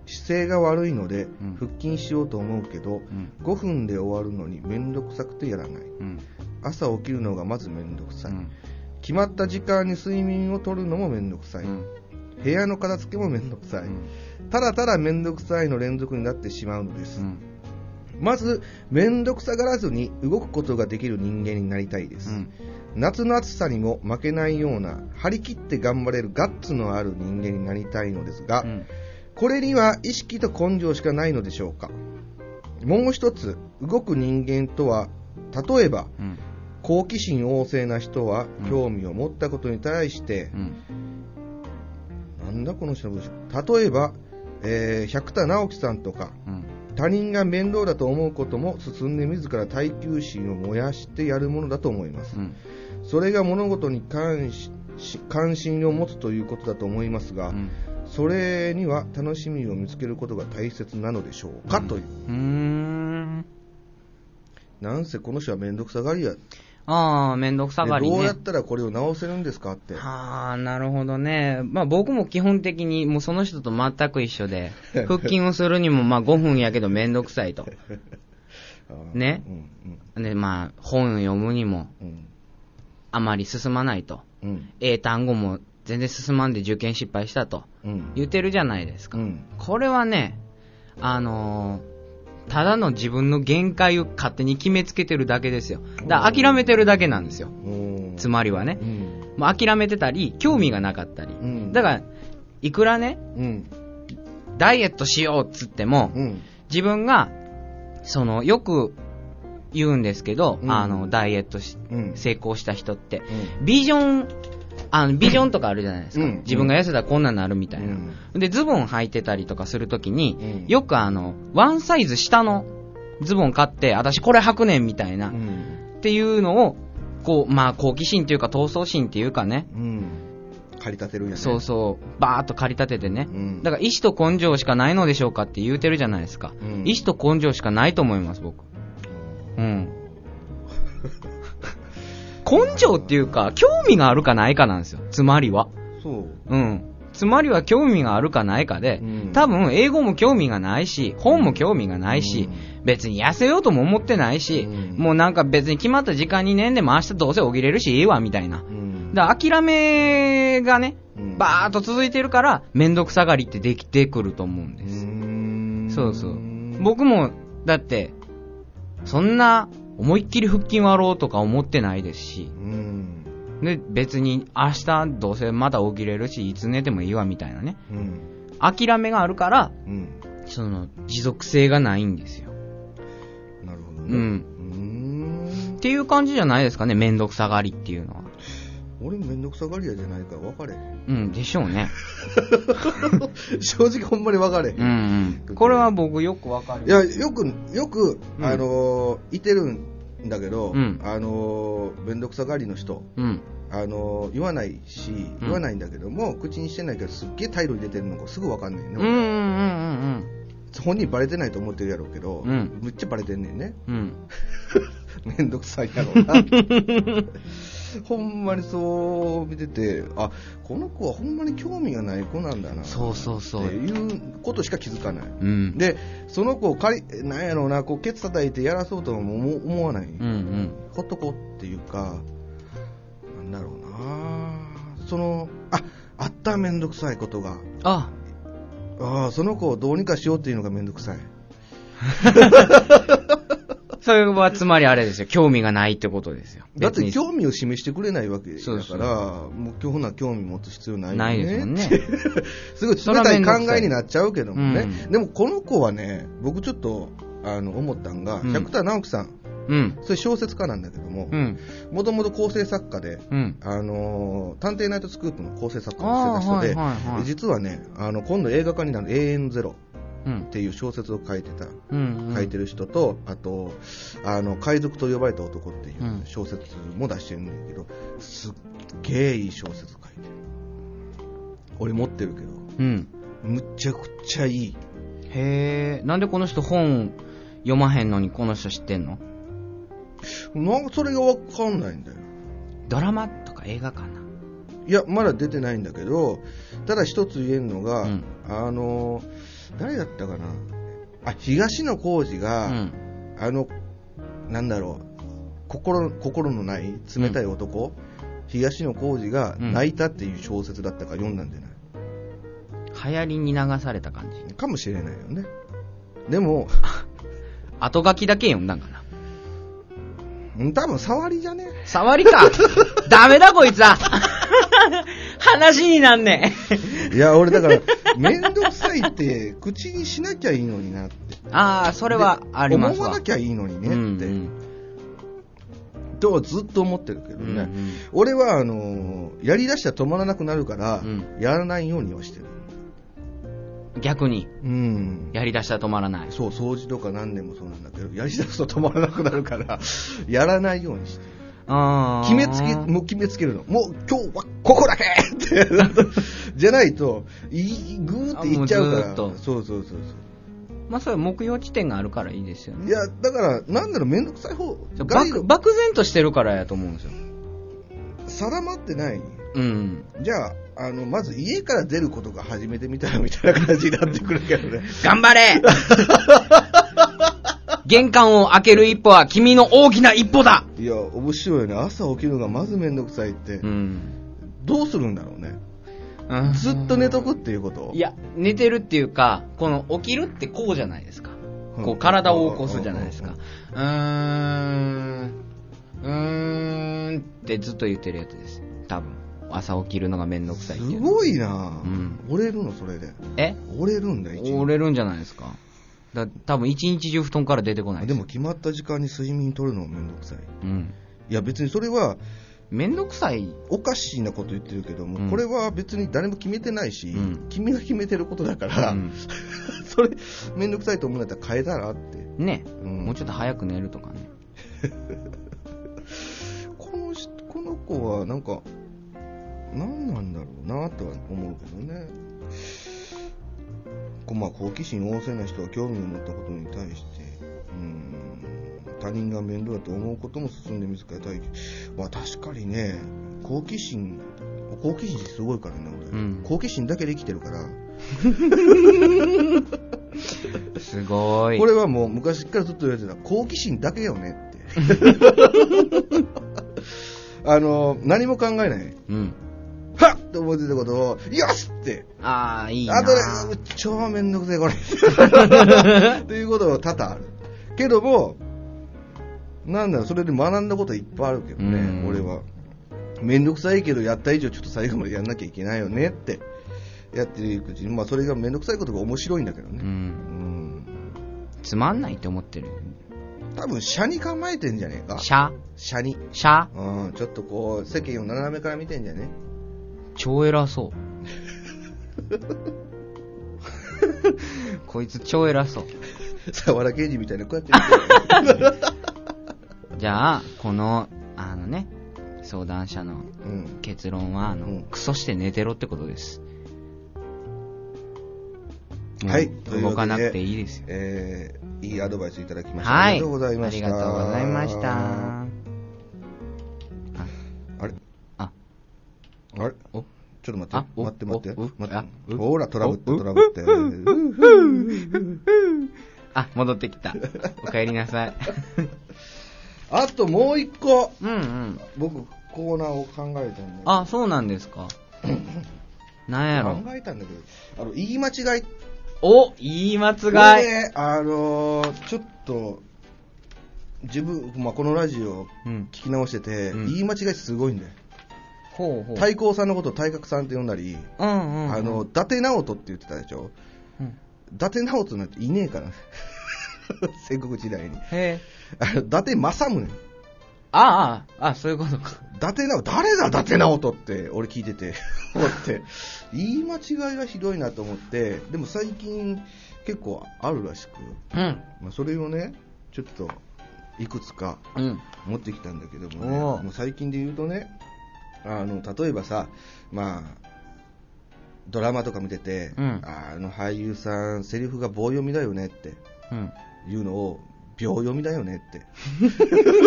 Speaker 3: 姿勢が悪いので
Speaker 2: うん
Speaker 3: 腹筋しようと思うけど
Speaker 2: うん
Speaker 3: 5分で終わるのにめんどくさくてやらない
Speaker 2: うん
Speaker 3: 朝起きるのがまずめんどくさい、
Speaker 2: うん
Speaker 3: 決まった時間に睡眠をとるのもめんどくさい、
Speaker 2: うん
Speaker 3: 部屋の片付けもめんどくさい、
Speaker 2: うん
Speaker 3: ただただめんどくさいの連続になってしまうのです、
Speaker 2: うん
Speaker 3: まず、めんどくさがらずに動くことができる人間になりたいです。
Speaker 2: うん
Speaker 3: 夏の暑さにも負けないような、張り切って頑張れるガッツのある人間になりたいのですが、
Speaker 2: うん
Speaker 3: これには意識と根性しかないのでしょうか。もう一つ、動く人間とは、例えば、
Speaker 2: うん
Speaker 3: 好奇心旺盛な人は
Speaker 2: うん
Speaker 3: 興味を持ったことに対して
Speaker 2: う、ん
Speaker 3: なんだこの人の文章例えば、えー百田直樹さんとか、
Speaker 2: うん
Speaker 3: 他人が面倒だと思うことも進んで自ら耐久心を燃やしてやるものだと思います
Speaker 2: うん
Speaker 3: それが物事に関しし関心を持つということだと思いますが、
Speaker 2: うん
Speaker 3: それには楽しみを見つけることが大切なのでしょうか、という
Speaker 2: うーん
Speaker 3: なんせこの人は面倒くさがりや、
Speaker 2: ああめんどくさが
Speaker 3: で
Speaker 2: り
Speaker 3: どう
Speaker 2: ね
Speaker 3: やったらこれを直せるんですかって
Speaker 2: はあ、なるほどね。まあ僕も基本的にもうその人と全く一緒 で、腹筋をするにもまあ5分やけどめんどくさいと。
Speaker 3: あー
Speaker 2: ね
Speaker 3: うん
Speaker 2: でまあ本読むにも
Speaker 3: うんうん
Speaker 2: あまり進まないと。
Speaker 3: うん
Speaker 2: 英単語も全然進まんで受験失敗したと
Speaker 3: うん
Speaker 2: 言ってるじゃないです
Speaker 3: う
Speaker 2: か。
Speaker 3: ん
Speaker 2: これはね、あのーただの自分の限界を勝手に決めつけてるだけですよ。だから諦めてるだけなんですよ。
Speaker 3: うん
Speaker 2: つまりはね
Speaker 3: う。ん
Speaker 2: もう諦めてたり、興味がなかったり。
Speaker 3: うん
Speaker 2: だから、いくらね、
Speaker 3: うん
Speaker 2: ダイエットしようっつっても、
Speaker 3: うん
Speaker 2: 自分が、その、よく言うんですけど、
Speaker 3: うん
Speaker 2: あの、ダイエットし、
Speaker 3: うん
Speaker 2: 成功した人って、
Speaker 3: う
Speaker 2: ビジョン、あの、ビジョンとかあるじゃないですか。
Speaker 3: うん
Speaker 2: 自分が痩せたらこんなんなるみたいな。で、ズボン履いてたりとかするときに、
Speaker 3: うん
Speaker 2: よくあの、ワンサイズ下のズボン買って、私これ履くねんみたいな、
Speaker 3: う
Speaker 2: っ
Speaker 3: ん
Speaker 2: ていうのを、こう、まあ、好奇心というか、闘争心というかね、
Speaker 3: うん駆り立てるんやね。
Speaker 2: そうそう、バーっと駆り立ててね、
Speaker 3: うん
Speaker 2: だから意志と根性しかないのでしょうかって言うてるじゃないですか、
Speaker 3: うん
Speaker 2: 意志と根性しかないと思います、僕。うん、根性っていうか、興味があるかないかなんですよ、つまりは。
Speaker 3: そう。
Speaker 2: うん、つまりは興味があるかないかで、
Speaker 3: うん
Speaker 2: 多分英語も興味がないし、本も興味がないし、別に痩せようとも思ってないし、
Speaker 3: うん
Speaker 2: もうなんか別に決まった時間にねんでも明日どうせ起きれるしいいわみたいな。
Speaker 3: うん。
Speaker 2: だから諦めがね、
Speaker 3: うん
Speaker 2: バーっと続いてるから、めんどくさがりってできてくると思うん
Speaker 3: う
Speaker 2: です。
Speaker 3: ーん
Speaker 2: そうそう。僕も、だって、そんな、思いっきり腹筋割ろうとか思ってないですし
Speaker 3: う、ん。
Speaker 2: で、別に明日どうせまた起きれるし、いつ寝てもいいわみたいなね。
Speaker 3: うん。
Speaker 2: 諦めがあるから、
Speaker 3: うん。
Speaker 2: その、持続性がないんですよ。
Speaker 3: なるほどね。
Speaker 2: うん
Speaker 3: うーん
Speaker 2: っていう感じじゃないですかね、めんどくさがりっていうのは。
Speaker 3: 俺めんどくさがり屋じゃないから分かれへん
Speaker 2: うん、でしょう ね。
Speaker 3: 正直ほんまに分かれへん、
Speaker 2: うんうん。これは僕よくわかる。
Speaker 3: いやよくよく、
Speaker 2: うん
Speaker 3: あのーいてるんだけど、
Speaker 2: うん
Speaker 3: あのーめんどくさがりの人
Speaker 2: うん。
Speaker 3: あのー言わないし言わないんだけども、口にしてないけどすっげえ態度に出てるのがすぐ分かんない
Speaker 2: うん
Speaker 3: ね、
Speaker 2: うんうん
Speaker 3: 本人バレてないと思ってるやろうけど、
Speaker 2: うん
Speaker 3: むっちゃバレてんねんね
Speaker 2: うんうん。うん。
Speaker 3: めんどくさいやろ うなほんまにそう見ててあこの子はほんまに興味がない子なんだな
Speaker 2: そうそうそう
Speaker 3: っていうことしか気づかない
Speaker 2: うん。
Speaker 3: で、その子を借り、なんやろうな、こう、ケツ叩いてやらそうとはもう思思わない。
Speaker 2: うんうん。
Speaker 3: ほっとこうっていうか、なんだろうなその、あ、あっためんどくさいことが。
Speaker 2: あ、
Speaker 3: ああ、その子をどうにかしようっていうのがめんどくさい。
Speaker 2: それはつまりあれですよ。興味がないってことですよ。
Speaker 3: だって
Speaker 2: 別に
Speaker 3: 興味を示してくれないわけだから、
Speaker 2: そうそう
Speaker 3: もう今日な興味持つ必要ないよね。
Speaker 2: ないですもんね。
Speaker 3: すごい
Speaker 2: それ
Speaker 3: 冷
Speaker 2: は
Speaker 3: た
Speaker 2: め
Speaker 3: い
Speaker 2: んどくさい
Speaker 3: 考えになっちゃうけどもね。
Speaker 2: うん
Speaker 3: でもこの子はね、僕ちょっと、あの、思ったんが、
Speaker 2: うん
Speaker 3: 百田直樹さん、
Speaker 2: うん。
Speaker 3: それ小説家なんだけども、
Speaker 2: うん。
Speaker 3: もともと構成作家で、
Speaker 2: うん。
Speaker 3: あのー探偵ナイトスクープの構成作家
Speaker 2: あ
Speaker 3: を
Speaker 2: あー、
Speaker 3: してた人
Speaker 2: は
Speaker 3: で、
Speaker 2: いはいはい。
Speaker 3: 実はね、あの今度映画化になる永遠ゼロ
Speaker 2: うん
Speaker 3: っ。ていう小説を書いてた、
Speaker 2: うん。
Speaker 3: 書いてる人と、あと、あの海賊と呼ばれた男ってい
Speaker 2: うん
Speaker 3: う小説も出してるんだけど、すっげえいい小説書いてる。俺持ってるけど、
Speaker 2: うん。
Speaker 3: むちゃくちゃいい。
Speaker 2: へえ。なんでこの人本読まへんのにこの人知ってんの
Speaker 3: なんかそれがわかんないんだよ。
Speaker 2: ドラマとか映画かな。
Speaker 3: いや、まだ出てないんだけど、ただ一つ言えるのが、
Speaker 2: うん
Speaker 3: あの、誰だったかな、あ東野浩二
Speaker 2: う
Speaker 3: が、
Speaker 2: ん。
Speaker 3: あの、なんだろう、心心のない冷たい男、東野浩二が
Speaker 2: うん
Speaker 3: 泣いたっていう小説だったから読んだんじゃない、
Speaker 2: 流行りに流された感じ。
Speaker 3: かもしれないよね。でも、
Speaker 2: 後書きだけ読んだんかな。
Speaker 3: うん多分触りじゃね
Speaker 2: 触り かダメだこいつは話になんねえ。
Speaker 3: いや、俺 だから、めんどくさいって、口にしなきゃいいのになって。
Speaker 2: ああ、それはあります
Speaker 3: 思
Speaker 2: わ。
Speaker 3: わなきゃいいのにねって。
Speaker 2: うん
Speaker 3: とはずっと思ってるけどね、
Speaker 2: うんうん
Speaker 3: 俺はあのーやりだしたら止まらなくなるから、
Speaker 2: うん
Speaker 3: やらないようにはしてる、
Speaker 2: うん逆に、
Speaker 3: うん、
Speaker 2: やり出したら止まらない。
Speaker 3: そう掃除とか何年もそうなんだけどやりだすと止まらなくなるから やらないようにしてる
Speaker 2: あ
Speaker 3: 決めつけもう決めつけるのもう今日はここだけ ってじゃないといぐーっていっちゃうから
Speaker 2: あもうずーっと
Speaker 3: そうそうそう
Speaker 2: まあ、それは目標地点があるからいいですよ
Speaker 3: そうい
Speaker 2: ね。
Speaker 3: やだからなんだろう面倒くさい方が
Speaker 2: 漠漠然としてるからやと思うんですよ。
Speaker 3: 定まってない
Speaker 2: うん。
Speaker 3: じゃああのまず家から出ることが始めてみたらみたいな感じになってくるけどね
Speaker 2: 頑張 れ玄関を開ける一歩は君の大きな一歩だ
Speaker 3: いや、面白いね。朝起きるのがまずめんどくさいって、
Speaker 2: うん。
Speaker 3: どうするんだろうね。ずっと寝とくっていうこと
Speaker 2: いや、寝てるっていうか、この起きるってこうじゃないですか。こう体を起こすじゃないですか。うーん、うーんってずっと言ってるやつです。多分。朝起きるのがめんどくさい
Speaker 3: す
Speaker 2: っていう。
Speaker 3: ごいな、
Speaker 2: うん
Speaker 3: 折れるの、それで。
Speaker 2: え
Speaker 3: 折れるんだ、一日
Speaker 2: 折れるんじゃないですか。だ多分一日中布団から出てこない
Speaker 3: ですも、決まった時間に睡眠取るのもめんどくさい。
Speaker 2: うん。
Speaker 3: いや、別にそれは、
Speaker 2: めんどくさい。
Speaker 3: おかしいなこと言ってるけども、
Speaker 2: うん
Speaker 3: これは別に誰も決めてないし、
Speaker 2: うん
Speaker 3: 君が決めてることだから、
Speaker 2: うん
Speaker 3: それ、めんどくさいと思うんだったら変えたらって。
Speaker 2: ね、
Speaker 3: うん
Speaker 2: もうちょっと早く寝るとかね。
Speaker 3: この人この子はなんか何なんだろうなとは思うけどねこうまあ、好奇心旺盛な人は興味を持ったことに対してうん他人が面倒だと思うことも進んで自ら対峙まあ確かにね好奇心好奇心すごいからね俺、
Speaker 2: うん
Speaker 3: 好奇心だけで生きてるから
Speaker 2: すごい。
Speaker 3: これはもう昔からずっと言われてた好奇心だけよねって あの何も考えない
Speaker 2: うん。
Speaker 3: はっと思ってたことをよしって
Speaker 2: ああ、いいな。
Speaker 3: あとで、超めんどくせえ、これ。 ということは多々ある。けども、なんだろう、それで学んだことはいっぱいあるけど
Speaker 2: うん
Speaker 3: ね、俺は。めんどくさいけど、やった以上、ちょっと最後までやんなきゃいけないよねって、やっていくうちに、まあ、それがめんどくさいことが面白いんだけど
Speaker 2: う
Speaker 3: ね。
Speaker 2: ん。
Speaker 3: うん。
Speaker 2: つまんないって思ってる。
Speaker 3: 多分、社に構えてんじゃねえか。
Speaker 2: シャ
Speaker 3: 社に。
Speaker 2: シャ
Speaker 3: うん、ちょっとこう、世間を斜めから見てんじゃね
Speaker 2: 超偉そう。こいつ超偉そう。
Speaker 3: 沢田刑事みたいな、こうやって見て る。
Speaker 2: じゃあ、この、あのね、相談者の
Speaker 3: うん。
Speaker 2: 結論は、あの、
Speaker 3: うん
Speaker 2: クソして寝てろってことです。
Speaker 3: はい
Speaker 2: もう
Speaker 3: というわ
Speaker 2: 動
Speaker 3: けで
Speaker 2: かなくていいですよ。
Speaker 3: えー、いいアドバイスいただきました。
Speaker 2: はい。
Speaker 3: ありがとうございました。
Speaker 2: ありがとうございました。あ
Speaker 3: あれ
Speaker 2: あ
Speaker 3: あれ
Speaker 2: お
Speaker 3: ちょっと待っ
Speaker 2: あ
Speaker 3: て。
Speaker 2: お
Speaker 3: 待って待って
Speaker 2: お。
Speaker 3: 待
Speaker 2: あ
Speaker 3: って。
Speaker 2: う
Speaker 3: ほら、トラブって
Speaker 2: う
Speaker 3: トラブって。
Speaker 2: あ、戻って きた。お帰りなさい。
Speaker 3: あともう一個、
Speaker 2: うんうん。
Speaker 3: 僕、コーナーを考えたんだ
Speaker 2: あ、そうなんですか。なんやろ
Speaker 3: 考。えたんだけど、あの、言い間違い。
Speaker 2: お言い間違
Speaker 3: こ
Speaker 2: い。
Speaker 3: れねあのー、ちょっと、自分、まあ、このラジオ
Speaker 2: うん
Speaker 3: 聞。き直してて、
Speaker 2: うん
Speaker 3: 言い間違いすごいんだよ。
Speaker 2: ほうほう。
Speaker 3: 太閤さんのことを体格さんって呼んだり、
Speaker 2: うんうんうん。
Speaker 3: あの、伊達直人って言ってたでしょ。
Speaker 2: うん、
Speaker 3: 伊達直人なんていねえから、 戦国時代に。
Speaker 2: へえ。
Speaker 3: あの伊達政宗。
Speaker 2: ああ、あそういうことか。
Speaker 3: 伊達直、誰だ伊達直人って、俺聞いてて、 思って。言い間違いがひどいなと思って、でも最近結構あるらしく、
Speaker 2: うん。
Speaker 3: まあ、それをね、ちょっと、いくつか
Speaker 2: うん。
Speaker 3: 持ってきたんだけどもね、
Speaker 2: おう
Speaker 3: もう最近で言うとね、あの、例えばさ、まあ、ドラマとか見てて、
Speaker 2: うん
Speaker 3: ああの俳優さん、セリフが棒読みだよねって。
Speaker 2: うん。
Speaker 3: いうのを秒読みだよねって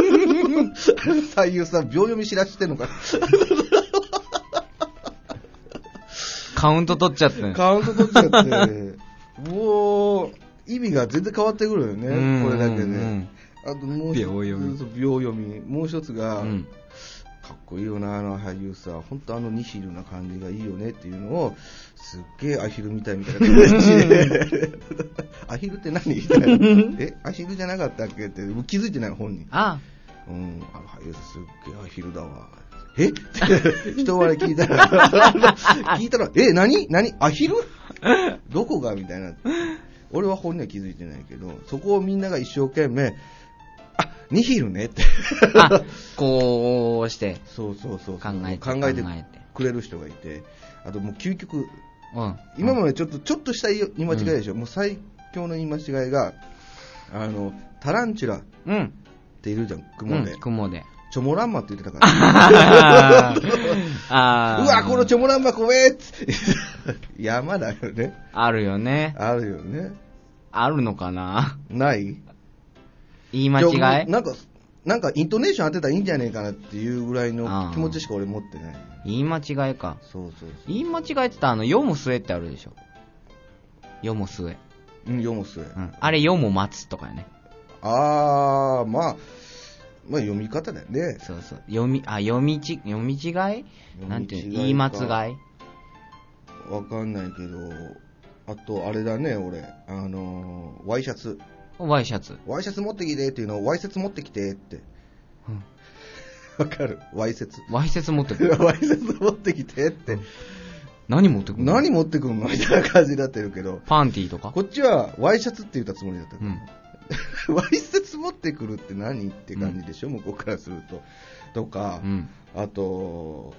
Speaker 3: 俳優さん秒読み知らしてんのか
Speaker 2: カウント取っちゃったよ
Speaker 3: カウント取っち ゃってもう意味が全然変わってくるよ
Speaker 2: うんうんう
Speaker 3: ね
Speaker 2: ん
Speaker 3: これだけであともう一つ
Speaker 2: 秒読み
Speaker 3: そう秒読みもう一つ
Speaker 2: う
Speaker 3: が、
Speaker 2: ん。
Speaker 3: かっこいいよなあの俳優さん本当あのニヒルな感じがいいよねっていうのをすっげえアヒルみたいみたいな感じで アヒルって何 みたいなえアヒルじゃなかったっけって気づいてない本人
Speaker 2: あ
Speaker 3: うん、あの俳優さんすっげえアヒルだわ。え って一割聞いたら、 聞いたら、え、何何アヒルどこがみたいな。俺は本人は気づいてないけど、そこをみんなが一生懸命、あ、ニヒルねって。
Speaker 2: あ、こうして、
Speaker 3: そうそうそう
Speaker 2: 考えて
Speaker 3: 考えて
Speaker 2: 考えて
Speaker 3: くれる人がいて、あともう究極、
Speaker 2: うん。
Speaker 3: 今までちょっと、ちょっとした言い間違いでしょ。もう最強の言い間違いが、あの、タランチュラっ
Speaker 2: うん。
Speaker 3: ているじゃん、
Speaker 2: う
Speaker 3: 雲で。
Speaker 2: ん。雲 で。
Speaker 3: チョモランマって言ってたから。
Speaker 2: あーあー。
Speaker 3: うわ、このチョモランマ怖えっつ 山だよね。
Speaker 2: あるよね。
Speaker 3: あるよね。
Speaker 2: あるのかな
Speaker 3: ない
Speaker 2: 言い間
Speaker 3: じゃあ
Speaker 2: 違い
Speaker 3: なんか、なんかイントネーション当てたらいいんじゃねえかなっていうぐらいの気持ちしか俺持ってない。
Speaker 2: 言い間違いか。
Speaker 3: そうそうそう。
Speaker 2: 言い間違いって言ったら、あの、世も末ってあるでしょ。世も末。
Speaker 3: うん、読む末。
Speaker 2: うん。あれ、世も待つとかね。
Speaker 3: あー、まあ、まあ読み方だよね。
Speaker 2: そうそう。読み、あ、読みち、読み違いなんていうの言い間違い
Speaker 3: わかんないけど、あと、あれだね、俺。あのー、ワイシャツ。
Speaker 2: ワイシャツ。
Speaker 3: ワイシャツ持ってきてっていうのを、ワイシャツ持ってきてって。
Speaker 2: うん
Speaker 3: わかるワイシャツ。
Speaker 2: ワイシャツ持ってくる。
Speaker 3: ワイシャツ持ってきてって。
Speaker 2: 何持ってくる
Speaker 3: 何持ってくんのみたいな感じになってるけど、
Speaker 2: パンティーとか
Speaker 3: こっちはワイシャツって言ったつもりだった
Speaker 2: う
Speaker 3: か
Speaker 2: ん。
Speaker 3: ら、 ワイシャツ持ってくるって何って感じでしょ、向こうからすると。とか
Speaker 2: う、ん。
Speaker 3: あと、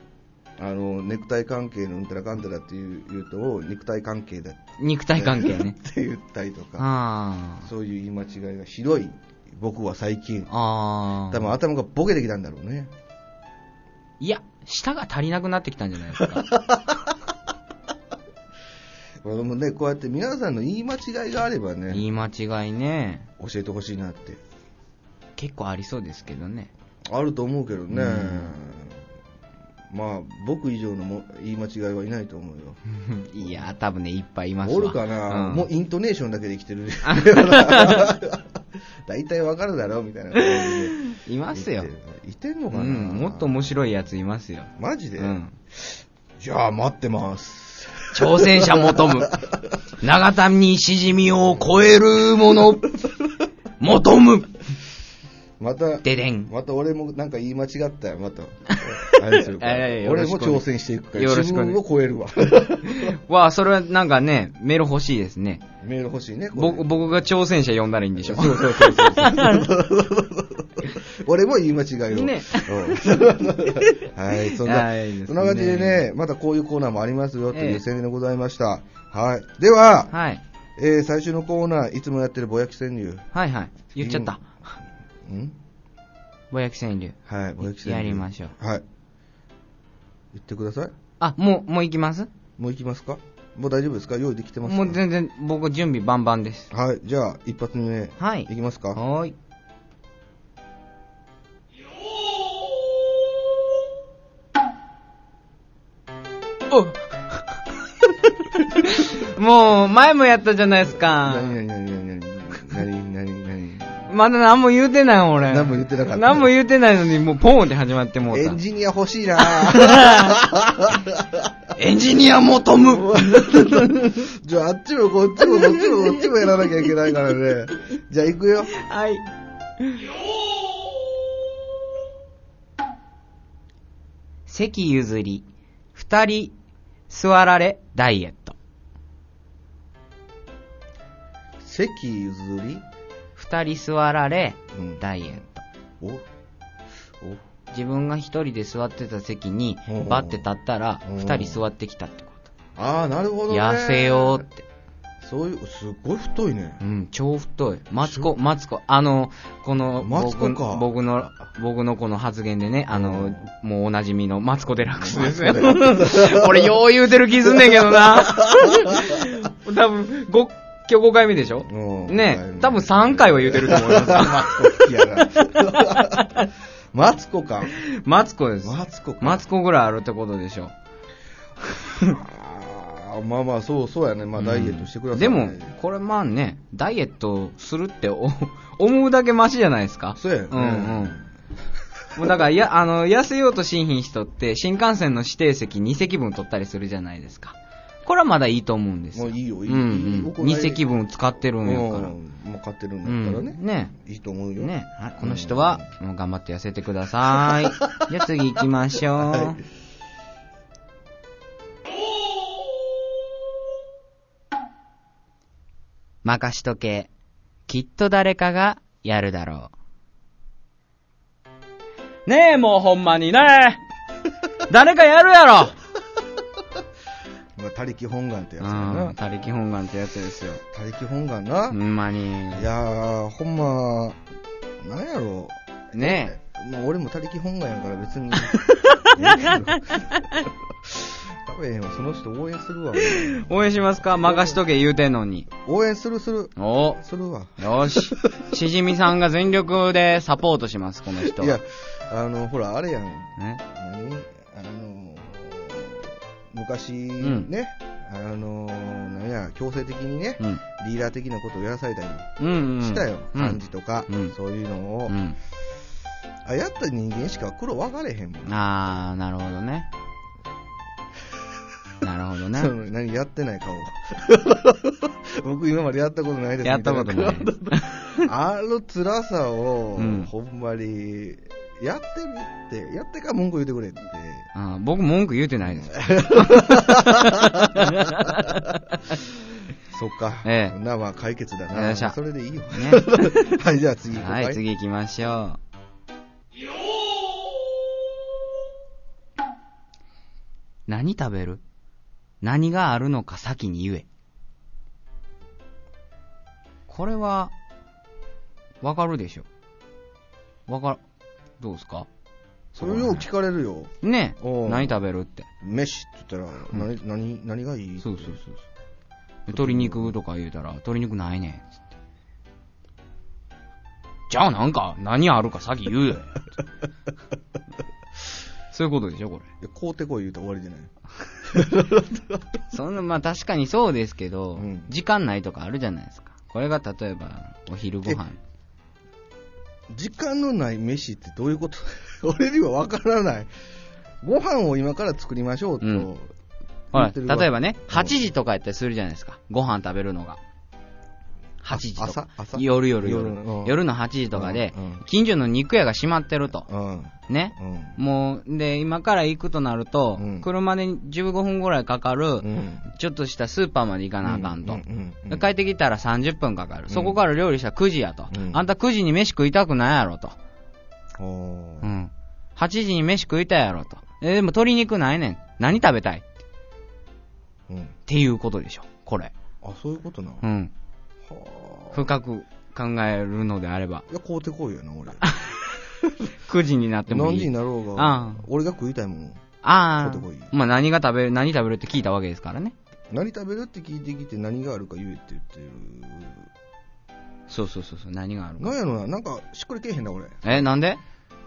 Speaker 3: あの、ネクタイ関係のうんたらかんたらっていう言うと、ネクタイ関係だっ
Speaker 2: 肉体関係ね。
Speaker 3: て言 ったりとか、
Speaker 2: あー。
Speaker 3: そういう言い間違いがひどい、僕は最近。
Speaker 2: あー。
Speaker 3: 多分頭がボケてきたんだろうね。
Speaker 2: いや、舌が足りなくなってきたんじゃないです か。
Speaker 3: これもね、こうやって皆さんの言い間違いがあれば
Speaker 2: 言
Speaker 3: ね、
Speaker 2: い間違いね、
Speaker 3: 教えてほしいなって。
Speaker 2: 結構ありそうですけどね。
Speaker 3: あると思うけどね。
Speaker 2: うん
Speaker 3: まあ、僕以上のも言い間違いはいないと思うよ。
Speaker 2: いや、多分ね、いっぱいいますわ。
Speaker 3: おるかな、
Speaker 2: うん
Speaker 3: もうイントネーションだけで 生きてる。大体わかるだろみたいな感じ
Speaker 2: いますよ。
Speaker 3: で。いてんの
Speaker 2: う
Speaker 3: かな、
Speaker 2: ん、もっと面白いやついますよ。
Speaker 3: マジで、
Speaker 2: うん。
Speaker 3: じゃあ待ってます。
Speaker 2: 挑戦者求む。 長谷にしじみを超えるもの。求む。
Speaker 3: また、
Speaker 2: ででん。
Speaker 3: また俺もなんか言い間違ったよ、また。あれするから
Speaker 2: いやいやよろ
Speaker 3: 俺
Speaker 2: しく
Speaker 3: も
Speaker 2: お願い
Speaker 3: 挑戦していくから、
Speaker 2: よろし
Speaker 3: 自
Speaker 2: くお願い
Speaker 3: 分を超 えるわ。
Speaker 2: わあ、それはなんかね、メール欲しいですね。
Speaker 3: メール欲しいね、これ
Speaker 2: 僕、僕が挑戦者呼んだらいいんでしょ。
Speaker 3: そうそうそうそう。 俺も言い間違いを。
Speaker 2: ね
Speaker 3: うん はい、そんな
Speaker 2: はいいいですね、
Speaker 3: そんな感じでね、またこういうコーナーもありますよと
Speaker 2: え
Speaker 3: い
Speaker 2: え
Speaker 3: う宣伝でございました。はい。では、
Speaker 2: はい。
Speaker 3: えー最終のコーナー、いつもやってるぼやき川柳。
Speaker 2: はいはい。言っちゃった。
Speaker 3: ん
Speaker 2: ぼやき川柳。
Speaker 3: はい、ぼやき川柳。
Speaker 2: やりましょう。
Speaker 3: はい。言ってください。
Speaker 2: あ、もう、もう行きます
Speaker 3: もう行きますかもう大丈夫ですか用意できてますか
Speaker 2: もう全然、僕準備万々です。
Speaker 3: はい、じゃあ、一発目。
Speaker 2: はい
Speaker 3: 行きますか
Speaker 2: はーい。お もう、前もやったじゃないですか。
Speaker 3: 何何何何何何何何何
Speaker 2: まだ何も言うてない俺。
Speaker 3: 何も言ってなかった
Speaker 2: 何も言うてないのに、もうポーンって始まってもう
Speaker 3: エ
Speaker 2: た
Speaker 3: ン。ジニア欲しいな ぁ
Speaker 2: エンジニア求 む
Speaker 3: じゃああっちもこっちもこっちもこっちもやらなきゃいけないからね。じゃあ行くよ。
Speaker 2: はい。席譲り、二人座られ、ダイエット。
Speaker 3: 席譲り
Speaker 2: 二人座られ、
Speaker 3: うん
Speaker 2: ダイエット。
Speaker 3: おお
Speaker 2: 自分が一人で座ってた席に
Speaker 3: うん、
Speaker 2: バッて立ったら、
Speaker 3: うん
Speaker 2: 二人座ってきたってこ
Speaker 3: ああ、なるほ
Speaker 2: と。
Speaker 3: どね。
Speaker 2: 痩せようって。
Speaker 3: そういう、すっごい太いね。
Speaker 2: うん、超太い。マツコ、マツコ。あの、この、
Speaker 3: マツコか
Speaker 2: 僕僕の、僕のこの発言でね、あの、もうおなじみのマツコデラックスですね。 俺、よう言うてる気すんねんけどな。 多分、ご、今日5回目でしょ
Speaker 3: うん
Speaker 2: ね多分3回は言うてると思います
Speaker 3: マ ツコ好きやな。マツコか。
Speaker 2: マツコです。
Speaker 3: マツコか。
Speaker 2: マツコぐらいあるってことでしょ。
Speaker 3: あーまあまあ、そうそうやね。まあ、ダイエットしてください、
Speaker 2: で
Speaker 3: ね
Speaker 2: も、これまあね、ダイエットするってお 思うだけマシじゃないですか。
Speaker 3: そうやよね
Speaker 2: んうん。もうだから、や、あ の、痩せようとしんひん人って、新幹線の指定席2席分取ったりするじゃないですか。これはまだいいと思うんですよ。
Speaker 3: もういいよいい
Speaker 2: うんうん。
Speaker 3: 僕はね
Speaker 2: 2席分使ってるんやから。
Speaker 3: うんもう買ってる
Speaker 2: うん
Speaker 3: だから
Speaker 2: ん
Speaker 3: ね。。
Speaker 2: ね
Speaker 3: いいと思うよ。
Speaker 2: ねあこの人は、もう頑張って痩せてくださ い。じゃあ次行きましょう。
Speaker 3: はい
Speaker 2: 任しとけ。きっと誰かがやるだろう。ねえ、もうほんまにね誰かやるやろ
Speaker 3: まあ、他力本願ってやつや
Speaker 2: うん、
Speaker 3: な。
Speaker 2: 他力本願ってやつですよ。
Speaker 3: 他力本願な
Speaker 2: ほ。んまに。
Speaker 3: いやー、ほんま、なんやろ
Speaker 2: ね
Speaker 3: う。まあ、俺も他力本願やから 別に。食べへんわ、その人応援するわ。
Speaker 2: え。応援しますか任しとけ言うてんのに。
Speaker 3: 応援するする。
Speaker 2: お
Speaker 3: するわ。
Speaker 2: よし。しじみさんが全力でサポートします、この人
Speaker 3: い
Speaker 2: は。
Speaker 3: や、あの、ほら、あれやん。
Speaker 2: ね。
Speaker 3: 何あの昔
Speaker 2: ん
Speaker 3: ね、あのなんや強制的にね、
Speaker 2: うん。
Speaker 3: リーダー的なことをやらされた
Speaker 2: うん、うん。
Speaker 3: りしたよ、
Speaker 2: うん、
Speaker 3: 漢字とか、
Speaker 2: うん
Speaker 3: そういうのを、
Speaker 2: うん。
Speaker 3: あやった人間しか苦労分かれへんもん、
Speaker 2: あー、なるほど ね。なるほど
Speaker 3: そ
Speaker 2: ね。
Speaker 3: の何やってない顔が 僕今までやったことないです
Speaker 2: やったこと ない
Speaker 3: みたなあの辛さを、
Speaker 2: うん
Speaker 3: ほんまにやってみってやってから文句言うてくれって
Speaker 2: あー僕文句言うてないです。
Speaker 3: そっか、
Speaker 2: ええ
Speaker 3: なまあ解決だ
Speaker 2: よ
Speaker 3: な
Speaker 2: っしゃ
Speaker 3: それでい い
Speaker 2: ね
Speaker 3: よはいじゃあ次行こうか
Speaker 2: はい、次行きましょう。何食べる何があるのか先に言え。これは、わかるでしょわかる、どうですか
Speaker 3: それよう聞かれるよ。
Speaker 2: ね
Speaker 3: おう
Speaker 2: 何食べるって。
Speaker 3: 飯って言ったら、
Speaker 2: ん
Speaker 3: 何、何、何がいい
Speaker 2: そうそうそうそう。鶏肉とか言うたら、鶏肉ないねん。つってじゃあなんか、何あるか先言うよ。つってそういうことでしょ、これ。
Speaker 3: いや買うてこい言うたら終わりじゃない。
Speaker 2: そんな、まあ確かにそうですけど、
Speaker 3: うん
Speaker 2: 時間ないとかあるじゃないですか。これが例えば、お昼ご飯。
Speaker 3: 時間のない飯ってどういうこと俺には分からない。ご飯を今から作りましょうと。
Speaker 2: うんほら、例えばね、
Speaker 3: うん
Speaker 2: 8時とかやったりするじゃないですか。ご飯食べるのが。8時とか
Speaker 3: 朝。朝
Speaker 2: 夜夜夜
Speaker 3: 夜のうん
Speaker 2: 夜の8時とかで
Speaker 3: うんうん、
Speaker 2: 近所の肉屋が閉まってると。
Speaker 3: うん。うん。
Speaker 2: ね。もう、で、今から行くとなると、
Speaker 3: うん
Speaker 2: 車で15分ぐらいかかる、
Speaker 3: うん。
Speaker 2: ちょっとしたスーパーまで行かなあかんと。
Speaker 3: うんうんうん
Speaker 2: で帰ってきたら30分かかる。そこから料理したら9時やと。
Speaker 3: うん
Speaker 2: あんた9時に飯食いたくないやろと。
Speaker 3: お
Speaker 2: う
Speaker 3: ー
Speaker 2: ん。8時に飯食いたいやろと。え、でも鶏肉ないねん。何食べたいっ
Speaker 3: うん。
Speaker 2: ていうことでしょ。これ。
Speaker 3: あ、そういうことな。
Speaker 2: う
Speaker 3: は
Speaker 2: ん。
Speaker 3: あ。
Speaker 2: 深く考えるのであれ ば。
Speaker 3: いや、買うてこいよな、俺。
Speaker 2: 9時になってもい
Speaker 3: 何
Speaker 2: い。
Speaker 3: 時になろう
Speaker 2: ああ
Speaker 3: が、俺が食いたいもん。
Speaker 2: ああ
Speaker 3: 買うてこ。い
Speaker 2: まあ何が食べる、何食べるって聞いたわけですからね。
Speaker 3: 何食べるって聞いてきて何があるか言えって言ってる。
Speaker 2: そうそうそうそう。何がある
Speaker 3: なん
Speaker 2: か。
Speaker 3: やろな、なんかしっくりけえへんな、俺。
Speaker 2: え、なんで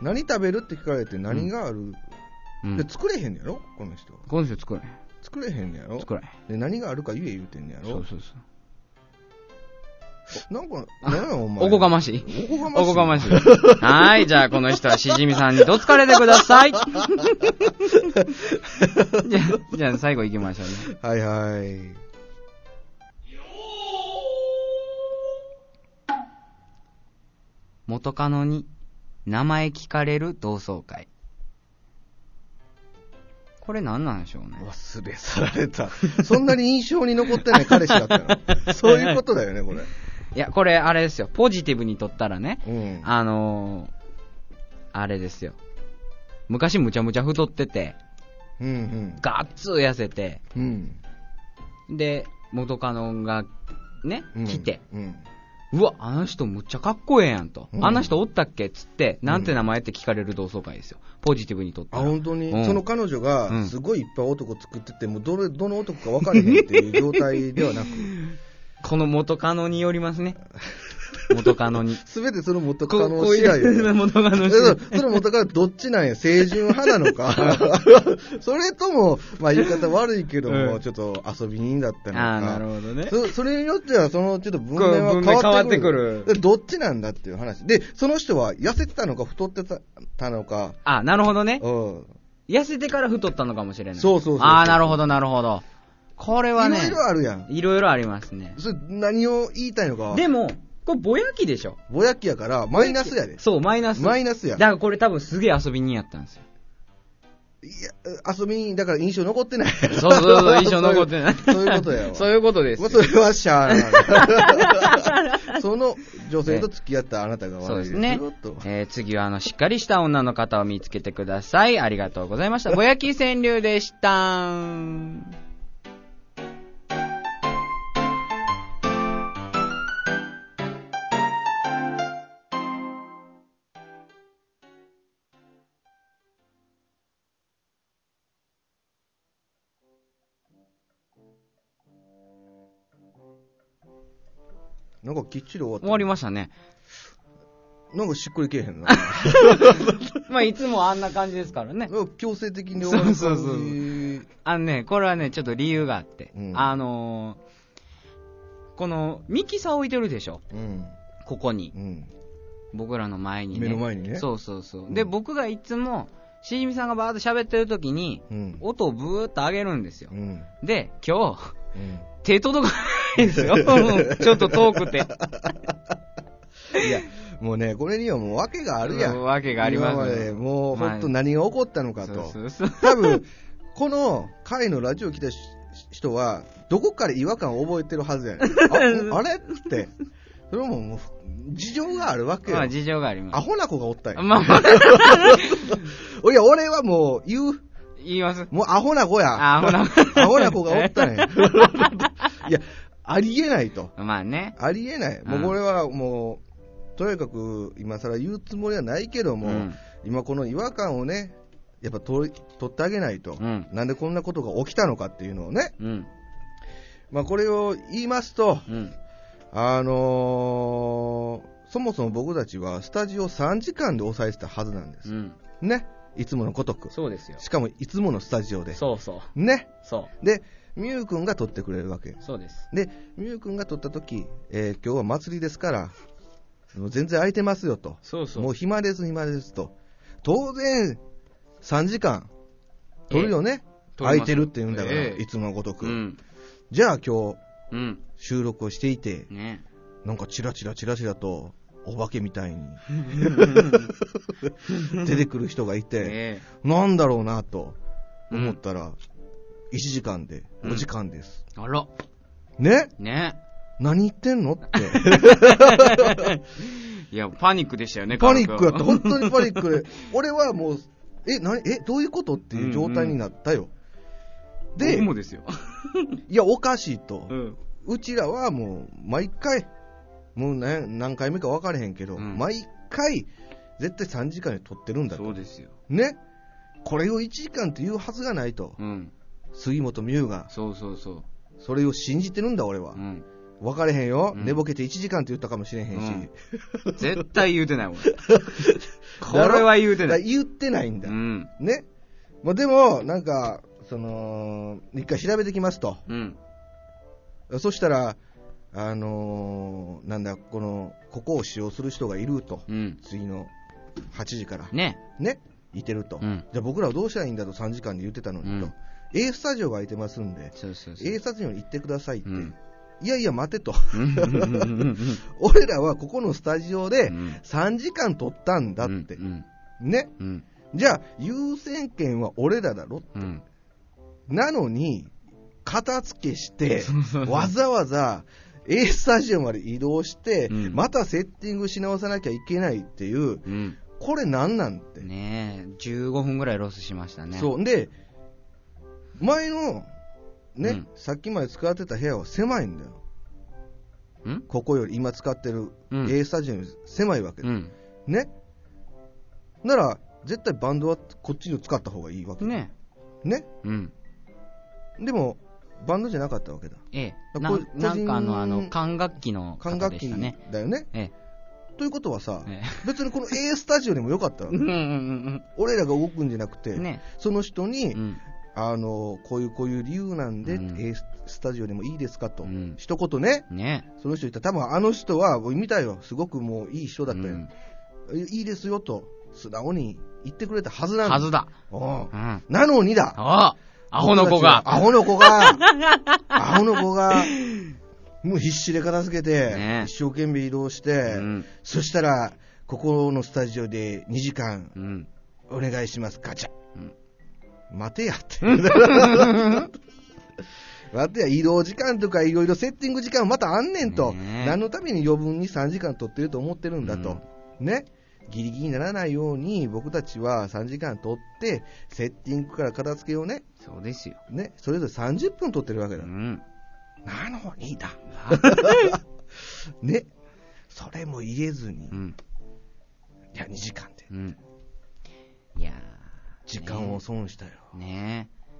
Speaker 3: 何食べるって聞かれて何がある。
Speaker 2: うん
Speaker 3: で。作れへんのやろこの人。
Speaker 2: この人作れへん。
Speaker 3: 作れへんのやろ
Speaker 2: 作れへん。
Speaker 3: で何があるか言え言うてんねや
Speaker 2: そ
Speaker 3: ろ
Speaker 2: うそうそう。
Speaker 3: なんか、なんやお前。
Speaker 2: おこがましい。
Speaker 3: おこがまし
Speaker 2: お
Speaker 3: い。
Speaker 2: こがましい。はーい、じゃあこの人はしじみさんにどつかれてください。じゃ あ、じゃあ最後行きましょうね。
Speaker 3: はいはい。
Speaker 2: 元カノに名前聞かれる同窓会。これ何なんでしょうね。
Speaker 3: 忘れ去られた。そんなに印象に残ってない彼氏だったの。そういうことだよね、これ。
Speaker 2: いや、これあれですよ。ポジティブにとったらね、
Speaker 3: うん。
Speaker 2: あのー、あれですよ。昔むちゃむちゃ太ってて、
Speaker 3: うん
Speaker 2: ガッツー痩せて、
Speaker 3: うん。うん。
Speaker 2: で、元カノがね、
Speaker 3: うん
Speaker 2: 来て、。
Speaker 3: うん。
Speaker 2: うわ、あの人むっちゃかっこええやんと。
Speaker 3: うん
Speaker 2: あんな人おったっけっつって、なんて名前って聞かれる同窓会ですよ。ポジティブにとって
Speaker 3: あ、
Speaker 2: は。
Speaker 3: 本当に、
Speaker 2: うん
Speaker 3: その彼女
Speaker 2: う
Speaker 3: が
Speaker 2: ん
Speaker 3: すごいいっぱい男作ってて、もうどれどの男か分かれへんっていう状態で はなく、
Speaker 2: この元カノによります ね。元カノに。
Speaker 3: すべてその元
Speaker 2: こ
Speaker 3: カノ
Speaker 2: こう
Speaker 3: 次第
Speaker 2: いう
Speaker 3: よ。
Speaker 2: 元カノ
Speaker 3: え
Speaker 2: 次
Speaker 3: そ
Speaker 2: 第
Speaker 3: うその元カノどっちなんや清純派な のかそれとも、まあ言い方悪いけども、
Speaker 2: うん
Speaker 3: ちょっと遊び人だったの
Speaker 2: あ
Speaker 3: か。
Speaker 2: あ、なるほどね。
Speaker 3: そそれによっては、そのちょっと文面
Speaker 2: こう文
Speaker 3: は
Speaker 2: 面
Speaker 3: 変わってくる
Speaker 2: 変わってくる
Speaker 3: どっちなんだっていう話。で、その人は痩せてたのか太ってたたのか、
Speaker 2: あなるほどね。
Speaker 3: うん。
Speaker 2: 痩せてから太ったのかもしれない。
Speaker 3: そうそうそうそう
Speaker 2: ああ、なるほど、なるほど。これ
Speaker 3: い
Speaker 2: はね、
Speaker 3: ろいろあるやん。
Speaker 2: いろいろありますね。
Speaker 3: それ何を言いたいのか。
Speaker 2: でも、これぼやきでしょ。
Speaker 3: ぼやきやから、マイナスやで。
Speaker 2: そう、マイナス。
Speaker 3: マイナスや。
Speaker 2: だからこれ多分すげえ遊び人やったんですよ。
Speaker 3: いや、遊びに、だから印象残ってない。
Speaker 2: そうそうそう、印象残ってない。
Speaker 3: そういうそういうことやわ。
Speaker 2: そういうことです
Speaker 3: ま
Speaker 2: よ。
Speaker 3: あそれはしゃあな い。その女性と付き合ったあなたが
Speaker 2: そう
Speaker 3: 悪
Speaker 2: で
Speaker 3: いですすよ、
Speaker 2: ね
Speaker 3: と。。
Speaker 2: えー次は、あの、しっかりした女の方を見つけてください。ありがとうございました。ぼやき川柳でした。
Speaker 3: なんかきっちり終わった。
Speaker 2: 終わりましたね。
Speaker 3: なんかしっくりけえへんな。
Speaker 2: まあ、いつもあんな感じですからね。
Speaker 3: なんか強制的に終わる感じ。
Speaker 2: そうそうそうあのね、これはね、ちょっと理由があって。
Speaker 3: うん
Speaker 2: あのーこの、ミキサー置いてるでしょ
Speaker 3: うん。
Speaker 2: ここに
Speaker 3: う。ん。
Speaker 2: 僕らの前にね。
Speaker 3: 目の前にね
Speaker 2: そうそうそう。
Speaker 3: うん
Speaker 2: で、僕がいつも、しじみさんがバーッと喋ってる時に、
Speaker 3: うん。
Speaker 2: 音をブーッと上げるんですよ
Speaker 3: う。ん。
Speaker 2: で、今日、
Speaker 3: うん。
Speaker 2: 手届かないです よ。うんちょっと遠くて。
Speaker 3: いや、もうね、これにはもう訳があるや
Speaker 2: うん
Speaker 3: ん。
Speaker 2: 訳があります
Speaker 3: 今までもう本当何が起こったのかと。
Speaker 2: そうそうそう
Speaker 3: 多分、この回のラジオ来たし人は、どこかで違和感を覚えてるはずやねん。ああれって。それももう、事情があるわけよ。
Speaker 2: まあ事情がありま
Speaker 3: ア
Speaker 2: す。
Speaker 3: ホな子がおったんや。
Speaker 2: まあまあ、
Speaker 3: いや、俺はもう、言う、
Speaker 2: 言います。
Speaker 3: もうアホな子や。
Speaker 2: あ、ほら。
Speaker 3: アホな子がおったんや。いや、ありえないと。
Speaker 2: まあね。
Speaker 3: ありえない。もうこれはもう、とにかく今更言うつもりはないけども、
Speaker 2: うん
Speaker 3: 今この違和感をね、やっぱ取り取ってあげないと、
Speaker 2: うん
Speaker 3: なんでこんなことが起きたのかっていうのをね、
Speaker 2: うん。
Speaker 3: まあ、これを言いますと、
Speaker 2: うん。
Speaker 3: あのーそもそも僕たちはスタジオ3時間で抑えてたはずなんで
Speaker 2: う
Speaker 3: す。
Speaker 2: ん。
Speaker 3: ね。いつものごとく。
Speaker 2: そうですよ。
Speaker 3: しかもいつものスタジオで。
Speaker 2: そうそう。
Speaker 3: ね。
Speaker 2: そ
Speaker 3: で、みゆくんが撮ってくれるわけ
Speaker 2: う。。そうです。
Speaker 3: で、みゆくんが撮った時、えー今日は祭りですから、もう全然空いてますよと。
Speaker 2: そうそう。
Speaker 3: もう暇です、暇ですと。当然、3時間、撮るよね。
Speaker 2: 撮ります
Speaker 3: 空いてるって言うんだから、
Speaker 2: ええ
Speaker 3: いつものごとく。
Speaker 2: うん。
Speaker 3: じゃあ今日、
Speaker 2: うん。
Speaker 3: 収録をしていて、
Speaker 2: ね。
Speaker 3: なんかチラチラチラチラと、お化けみた いに出てくる人がいて、
Speaker 2: え
Speaker 3: なんだろうなと
Speaker 2: え。う
Speaker 3: 思っ
Speaker 2: ん。
Speaker 3: たら、1時間で、
Speaker 2: うん
Speaker 3: 5時間です。
Speaker 2: あら。
Speaker 3: ね
Speaker 2: ね。
Speaker 3: 何言ってんのって。
Speaker 2: いや、パニックでしたよね、
Speaker 3: パニックやった。
Speaker 2: 軽
Speaker 3: 本
Speaker 2: く
Speaker 3: 当にパニック で。俺はもう、え、何、え、どういうことっていう状態になったよ。で、
Speaker 2: 僕もですよ。
Speaker 3: いや、おかしいと。
Speaker 2: う。
Speaker 3: うんちらはもう、毎回、もう何何回目か分からへんけど、
Speaker 2: うん
Speaker 3: 毎回、絶対3時間で撮ってるんだ
Speaker 2: そ
Speaker 3: と
Speaker 2: う。ですよ。
Speaker 3: ね。これを1時間って言うはずがないと。
Speaker 2: うん。
Speaker 3: 杉本美優が、
Speaker 2: そうそうそう。
Speaker 3: それを信じてるんだ、俺は
Speaker 2: う。ん。
Speaker 3: 分かれへんよ。
Speaker 2: うん
Speaker 3: 寝ぼけて1時間って言ったかもしれへんし。
Speaker 2: うん絶対言うて ない、俺。こ
Speaker 3: だろ
Speaker 2: れは言うて
Speaker 3: だ
Speaker 2: な
Speaker 3: から
Speaker 2: い。
Speaker 3: 言ってないんだ
Speaker 2: う。ん。
Speaker 3: ね。まあ、でも、なんか、その、一回調べてきますと。
Speaker 2: うん。
Speaker 3: そしたら、あのーなんだ、この、ここを使用する人がいると。
Speaker 2: うん。
Speaker 3: 次の8時から。ね。
Speaker 2: ね。
Speaker 3: いてると。
Speaker 2: うん
Speaker 3: じゃあ僕らはどうしたらいいんだと3時間で言ってたのにと。
Speaker 2: うん
Speaker 3: A スタジオが空いてますんで、
Speaker 2: そうそうそう。
Speaker 3: A スタジオに行ってくださいって。
Speaker 2: うん
Speaker 3: いやいや、待てと。
Speaker 2: うんうんうんうんうん
Speaker 3: 俺らはここのスタジオで
Speaker 2: うん
Speaker 3: 3時間撮ったんだって。
Speaker 2: うん
Speaker 3: ね。
Speaker 2: うん
Speaker 3: じゃあ、優先権は俺らだろ
Speaker 2: うんうん
Speaker 3: なのに、片付けして、わざわざ A スタジオまで移動して、
Speaker 2: うん
Speaker 3: またセッティングし直さなきゃいけないっていう、
Speaker 2: うん
Speaker 3: これなんなんって。
Speaker 2: ねえ15分ぐらいロスしましたね
Speaker 3: そう。んで、前の、ね、
Speaker 2: うん
Speaker 3: さっきまで使ってた部屋は狭いんだよ。
Speaker 2: うん
Speaker 3: ここより今使ってる
Speaker 2: うん
Speaker 3: A スタジオより狭いわけ、
Speaker 2: うん
Speaker 3: ね。なら、絶対バンドはこっちを使った方がいいわけ。
Speaker 2: ね
Speaker 3: ね。
Speaker 2: えうん
Speaker 3: でも、バンドじゃなかったわけだ。
Speaker 2: ええ
Speaker 3: こ
Speaker 2: な
Speaker 3: 個人
Speaker 2: なんかあのあの管楽器の
Speaker 3: 管
Speaker 2: 方
Speaker 3: 楽
Speaker 2: で
Speaker 3: 器
Speaker 2: したね
Speaker 3: だよね。
Speaker 2: え
Speaker 3: ということはさ、
Speaker 2: ええ
Speaker 3: 別にこの A スタジオでもよかったわ
Speaker 2: えう
Speaker 3: け
Speaker 2: んうん
Speaker 3: 俺らが動くんじゃなくて、
Speaker 2: うんね
Speaker 3: その人に、
Speaker 2: えうん
Speaker 3: あのこういうこういう理由なんで、
Speaker 2: うん
Speaker 3: A スタジオでもいいですかと、
Speaker 2: うん
Speaker 3: 一言ね、
Speaker 2: ね
Speaker 3: その人言ったら、多分あの人は、見たよ、すごくもういい人
Speaker 2: え
Speaker 3: だったよ、いいですよと、素直に言ってくれたはずなんだ
Speaker 2: はずだ
Speaker 3: おう
Speaker 2: うん
Speaker 3: なのにだ、
Speaker 2: ああアホの子が
Speaker 3: アホの子が、 アホの子が、もう必死で片付けて、
Speaker 2: ね
Speaker 3: 一生懸命移動し
Speaker 2: う
Speaker 3: て、
Speaker 2: ん
Speaker 3: そしたら、ここのスタジオで2時間
Speaker 2: うん
Speaker 3: お願いします、ガチャ。
Speaker 2: うん
Speaker 3: 待てやって。 待てや、移動時間とかいろいろセッティング時間またあんねんと。
Speaker 2: ねえ
Speaker 3: 何のために余分に3時間取ってると思ってるんだと。ね。ギリギリにならないように僕たちは3時間取って、セッティングから片付けをね、
Speaker 2: そうですよ
Speaker 3: ね、それぞれ30分取ってるわけ
Speaker 2: う
Speaker 3: だ。
Speaker 2: ん
Speaker 3: なのにだ。
Speaker 2: あ
Speaker 3: ね。それも入れずに
Speaker 2: う、ん
Speaker 3: いや、2時間で。
Speaker 2: うんいや
Speaker 3: 時間を損したよ。
Speaker 2: ーねえ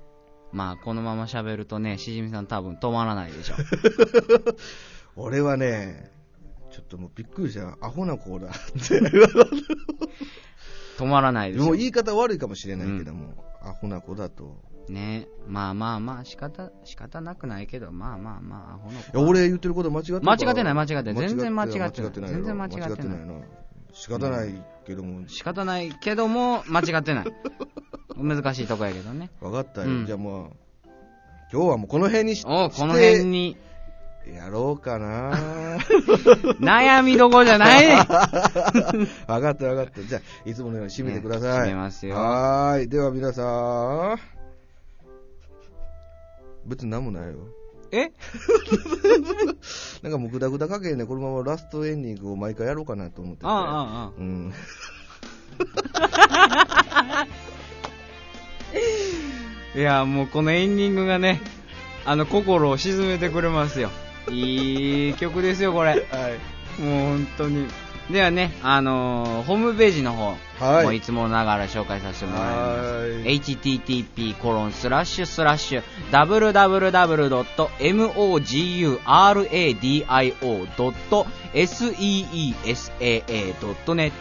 Speaker 2: まあこのまま喋るとねしじみさん多分止まらない でしょ
Speaker 3: 俺はね、ちょっともうびっくりした。アホな子だって。
Speaker 2: 止まらないです
Speaker 3: も
Speaker 2: よ
Speaker 3: う言い方悪いかもしれないけども、アホな子だと。
Speaker 2: ねまあまあまあ仕方仕方なくないけどまあまあまあアホの
Speaker 3: い
Speaker 2: 子
Speaker 3: や、俺言ってること間違ってる
Speaker 2: 間違ってない間違ってない全然間違ってない
Speaker 3: 間違ってない。
Speaker 2: 全然間違ってない
Speaker 3: 間違ってないな。仕方ないけども、
Speaker 2: 仕方ないけども間違ってない難しいとこやけどね
Speaker 3: 分かった
Speaker 2: うん
Speaker 3: よ。じゃあまあ、今日はもうこの辺にし
Speaker 2: おうこの辺
Speaker 3: し
Speaker 2: に
Speaker 3: てやろう かな。
Speaker 2: 悩みどころじゃない ね
Speaker 3: 分かった分かった。じゃあ、いつものように締めてください。
Speaker 2: ね締めますよ
Speaker 3: はーい。では皆さん、別に何もないよ。
Speaker 2: え
Speaker 3: なんかもうグダグダ加減でこのままラストエンディングを毎回やろうかなと思ってて。
Speaker 2: あああああ
Speaker 3: うん。
Speaker 2: いやもうこのエンディングがねあの心を沈めてくれますよいい曲ですよこれ
Speaker 3: はい。
Speaker 2: もう本当にではね、あのーホームページの方、
Speaker 3: はい
Speaker 2: もういつもながら紹介させてもらいます。
Speaker 3: はーい
Speaker 2: http コロンスラッシュスラッシュ www.moguradio.seesaa.net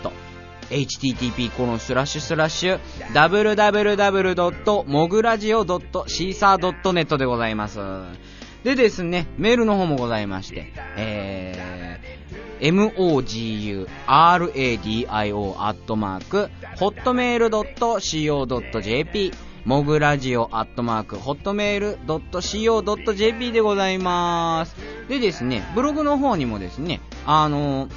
Speaker 2: http コロンスラッシュスラッシュ www.mogradio.caesar.net でございます。でですね、メールの方もございまして、えー、moguradio.hotmail.co.jp モグラジオアットマークホットメールドット CO.jp でございます。でですね、ブログの方にもですね、あのー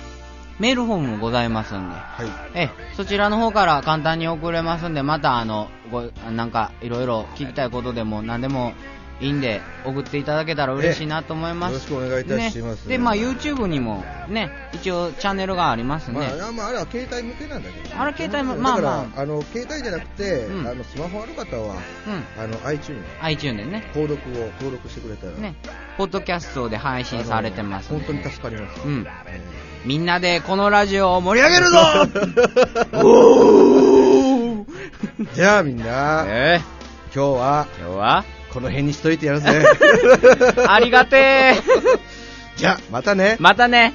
Speaker 2: メールフォームもございますんで、
Speaker 3: はい。
Speaker 2: ええそちらの方から簡単に送れますんで、またあの、ご、なんかいろいろ聞きたいことでも何でもいいんで、送っていただけたら嬉しいなと思います。
Speaker 3: ええよろしくお願いいたします
Speaker 2: ねで、まあ YouTube にもね、一応チャンネルがありますね。
Speaker 3: まあ、まあ、あれは携帯向けなんだけど。
Speaker 2: あれ携帯も
Speaker 3: だ
Speaker 2: まあ
Speaker 3: から
Speaker 2: まあ
Speaker 3: あの、携帯じゃなくて、
Speaker 2: うん
Speaker 3: あの、スマホある方は、
Speaker 2: うん、
Speaker 3: あの、iTunes、
Speaker 2: iTune でね、
Speaker 3: 購読を登録してくれたら、
Speaker 2: ね、ポッドキャストで配信されてますん
Speaker 3: 本
Speaker 2: で
Speaker 3: 当に助かります。
Speaker 2: うん
Speaker 3: え
Speaker 2: みんなでこのラジオを盛り上げ るぞおー
Speaker 3: ーじゃあみんな、
Speaker 2: ええ
Speaker 3: 今日は、
Speaker 2: 今日は
Speaker 3: この 辺にしといてやるぜ。
Speaker 2: ありがてえ
Speaker 3: じゃあ、またね。
Speaker 2: またね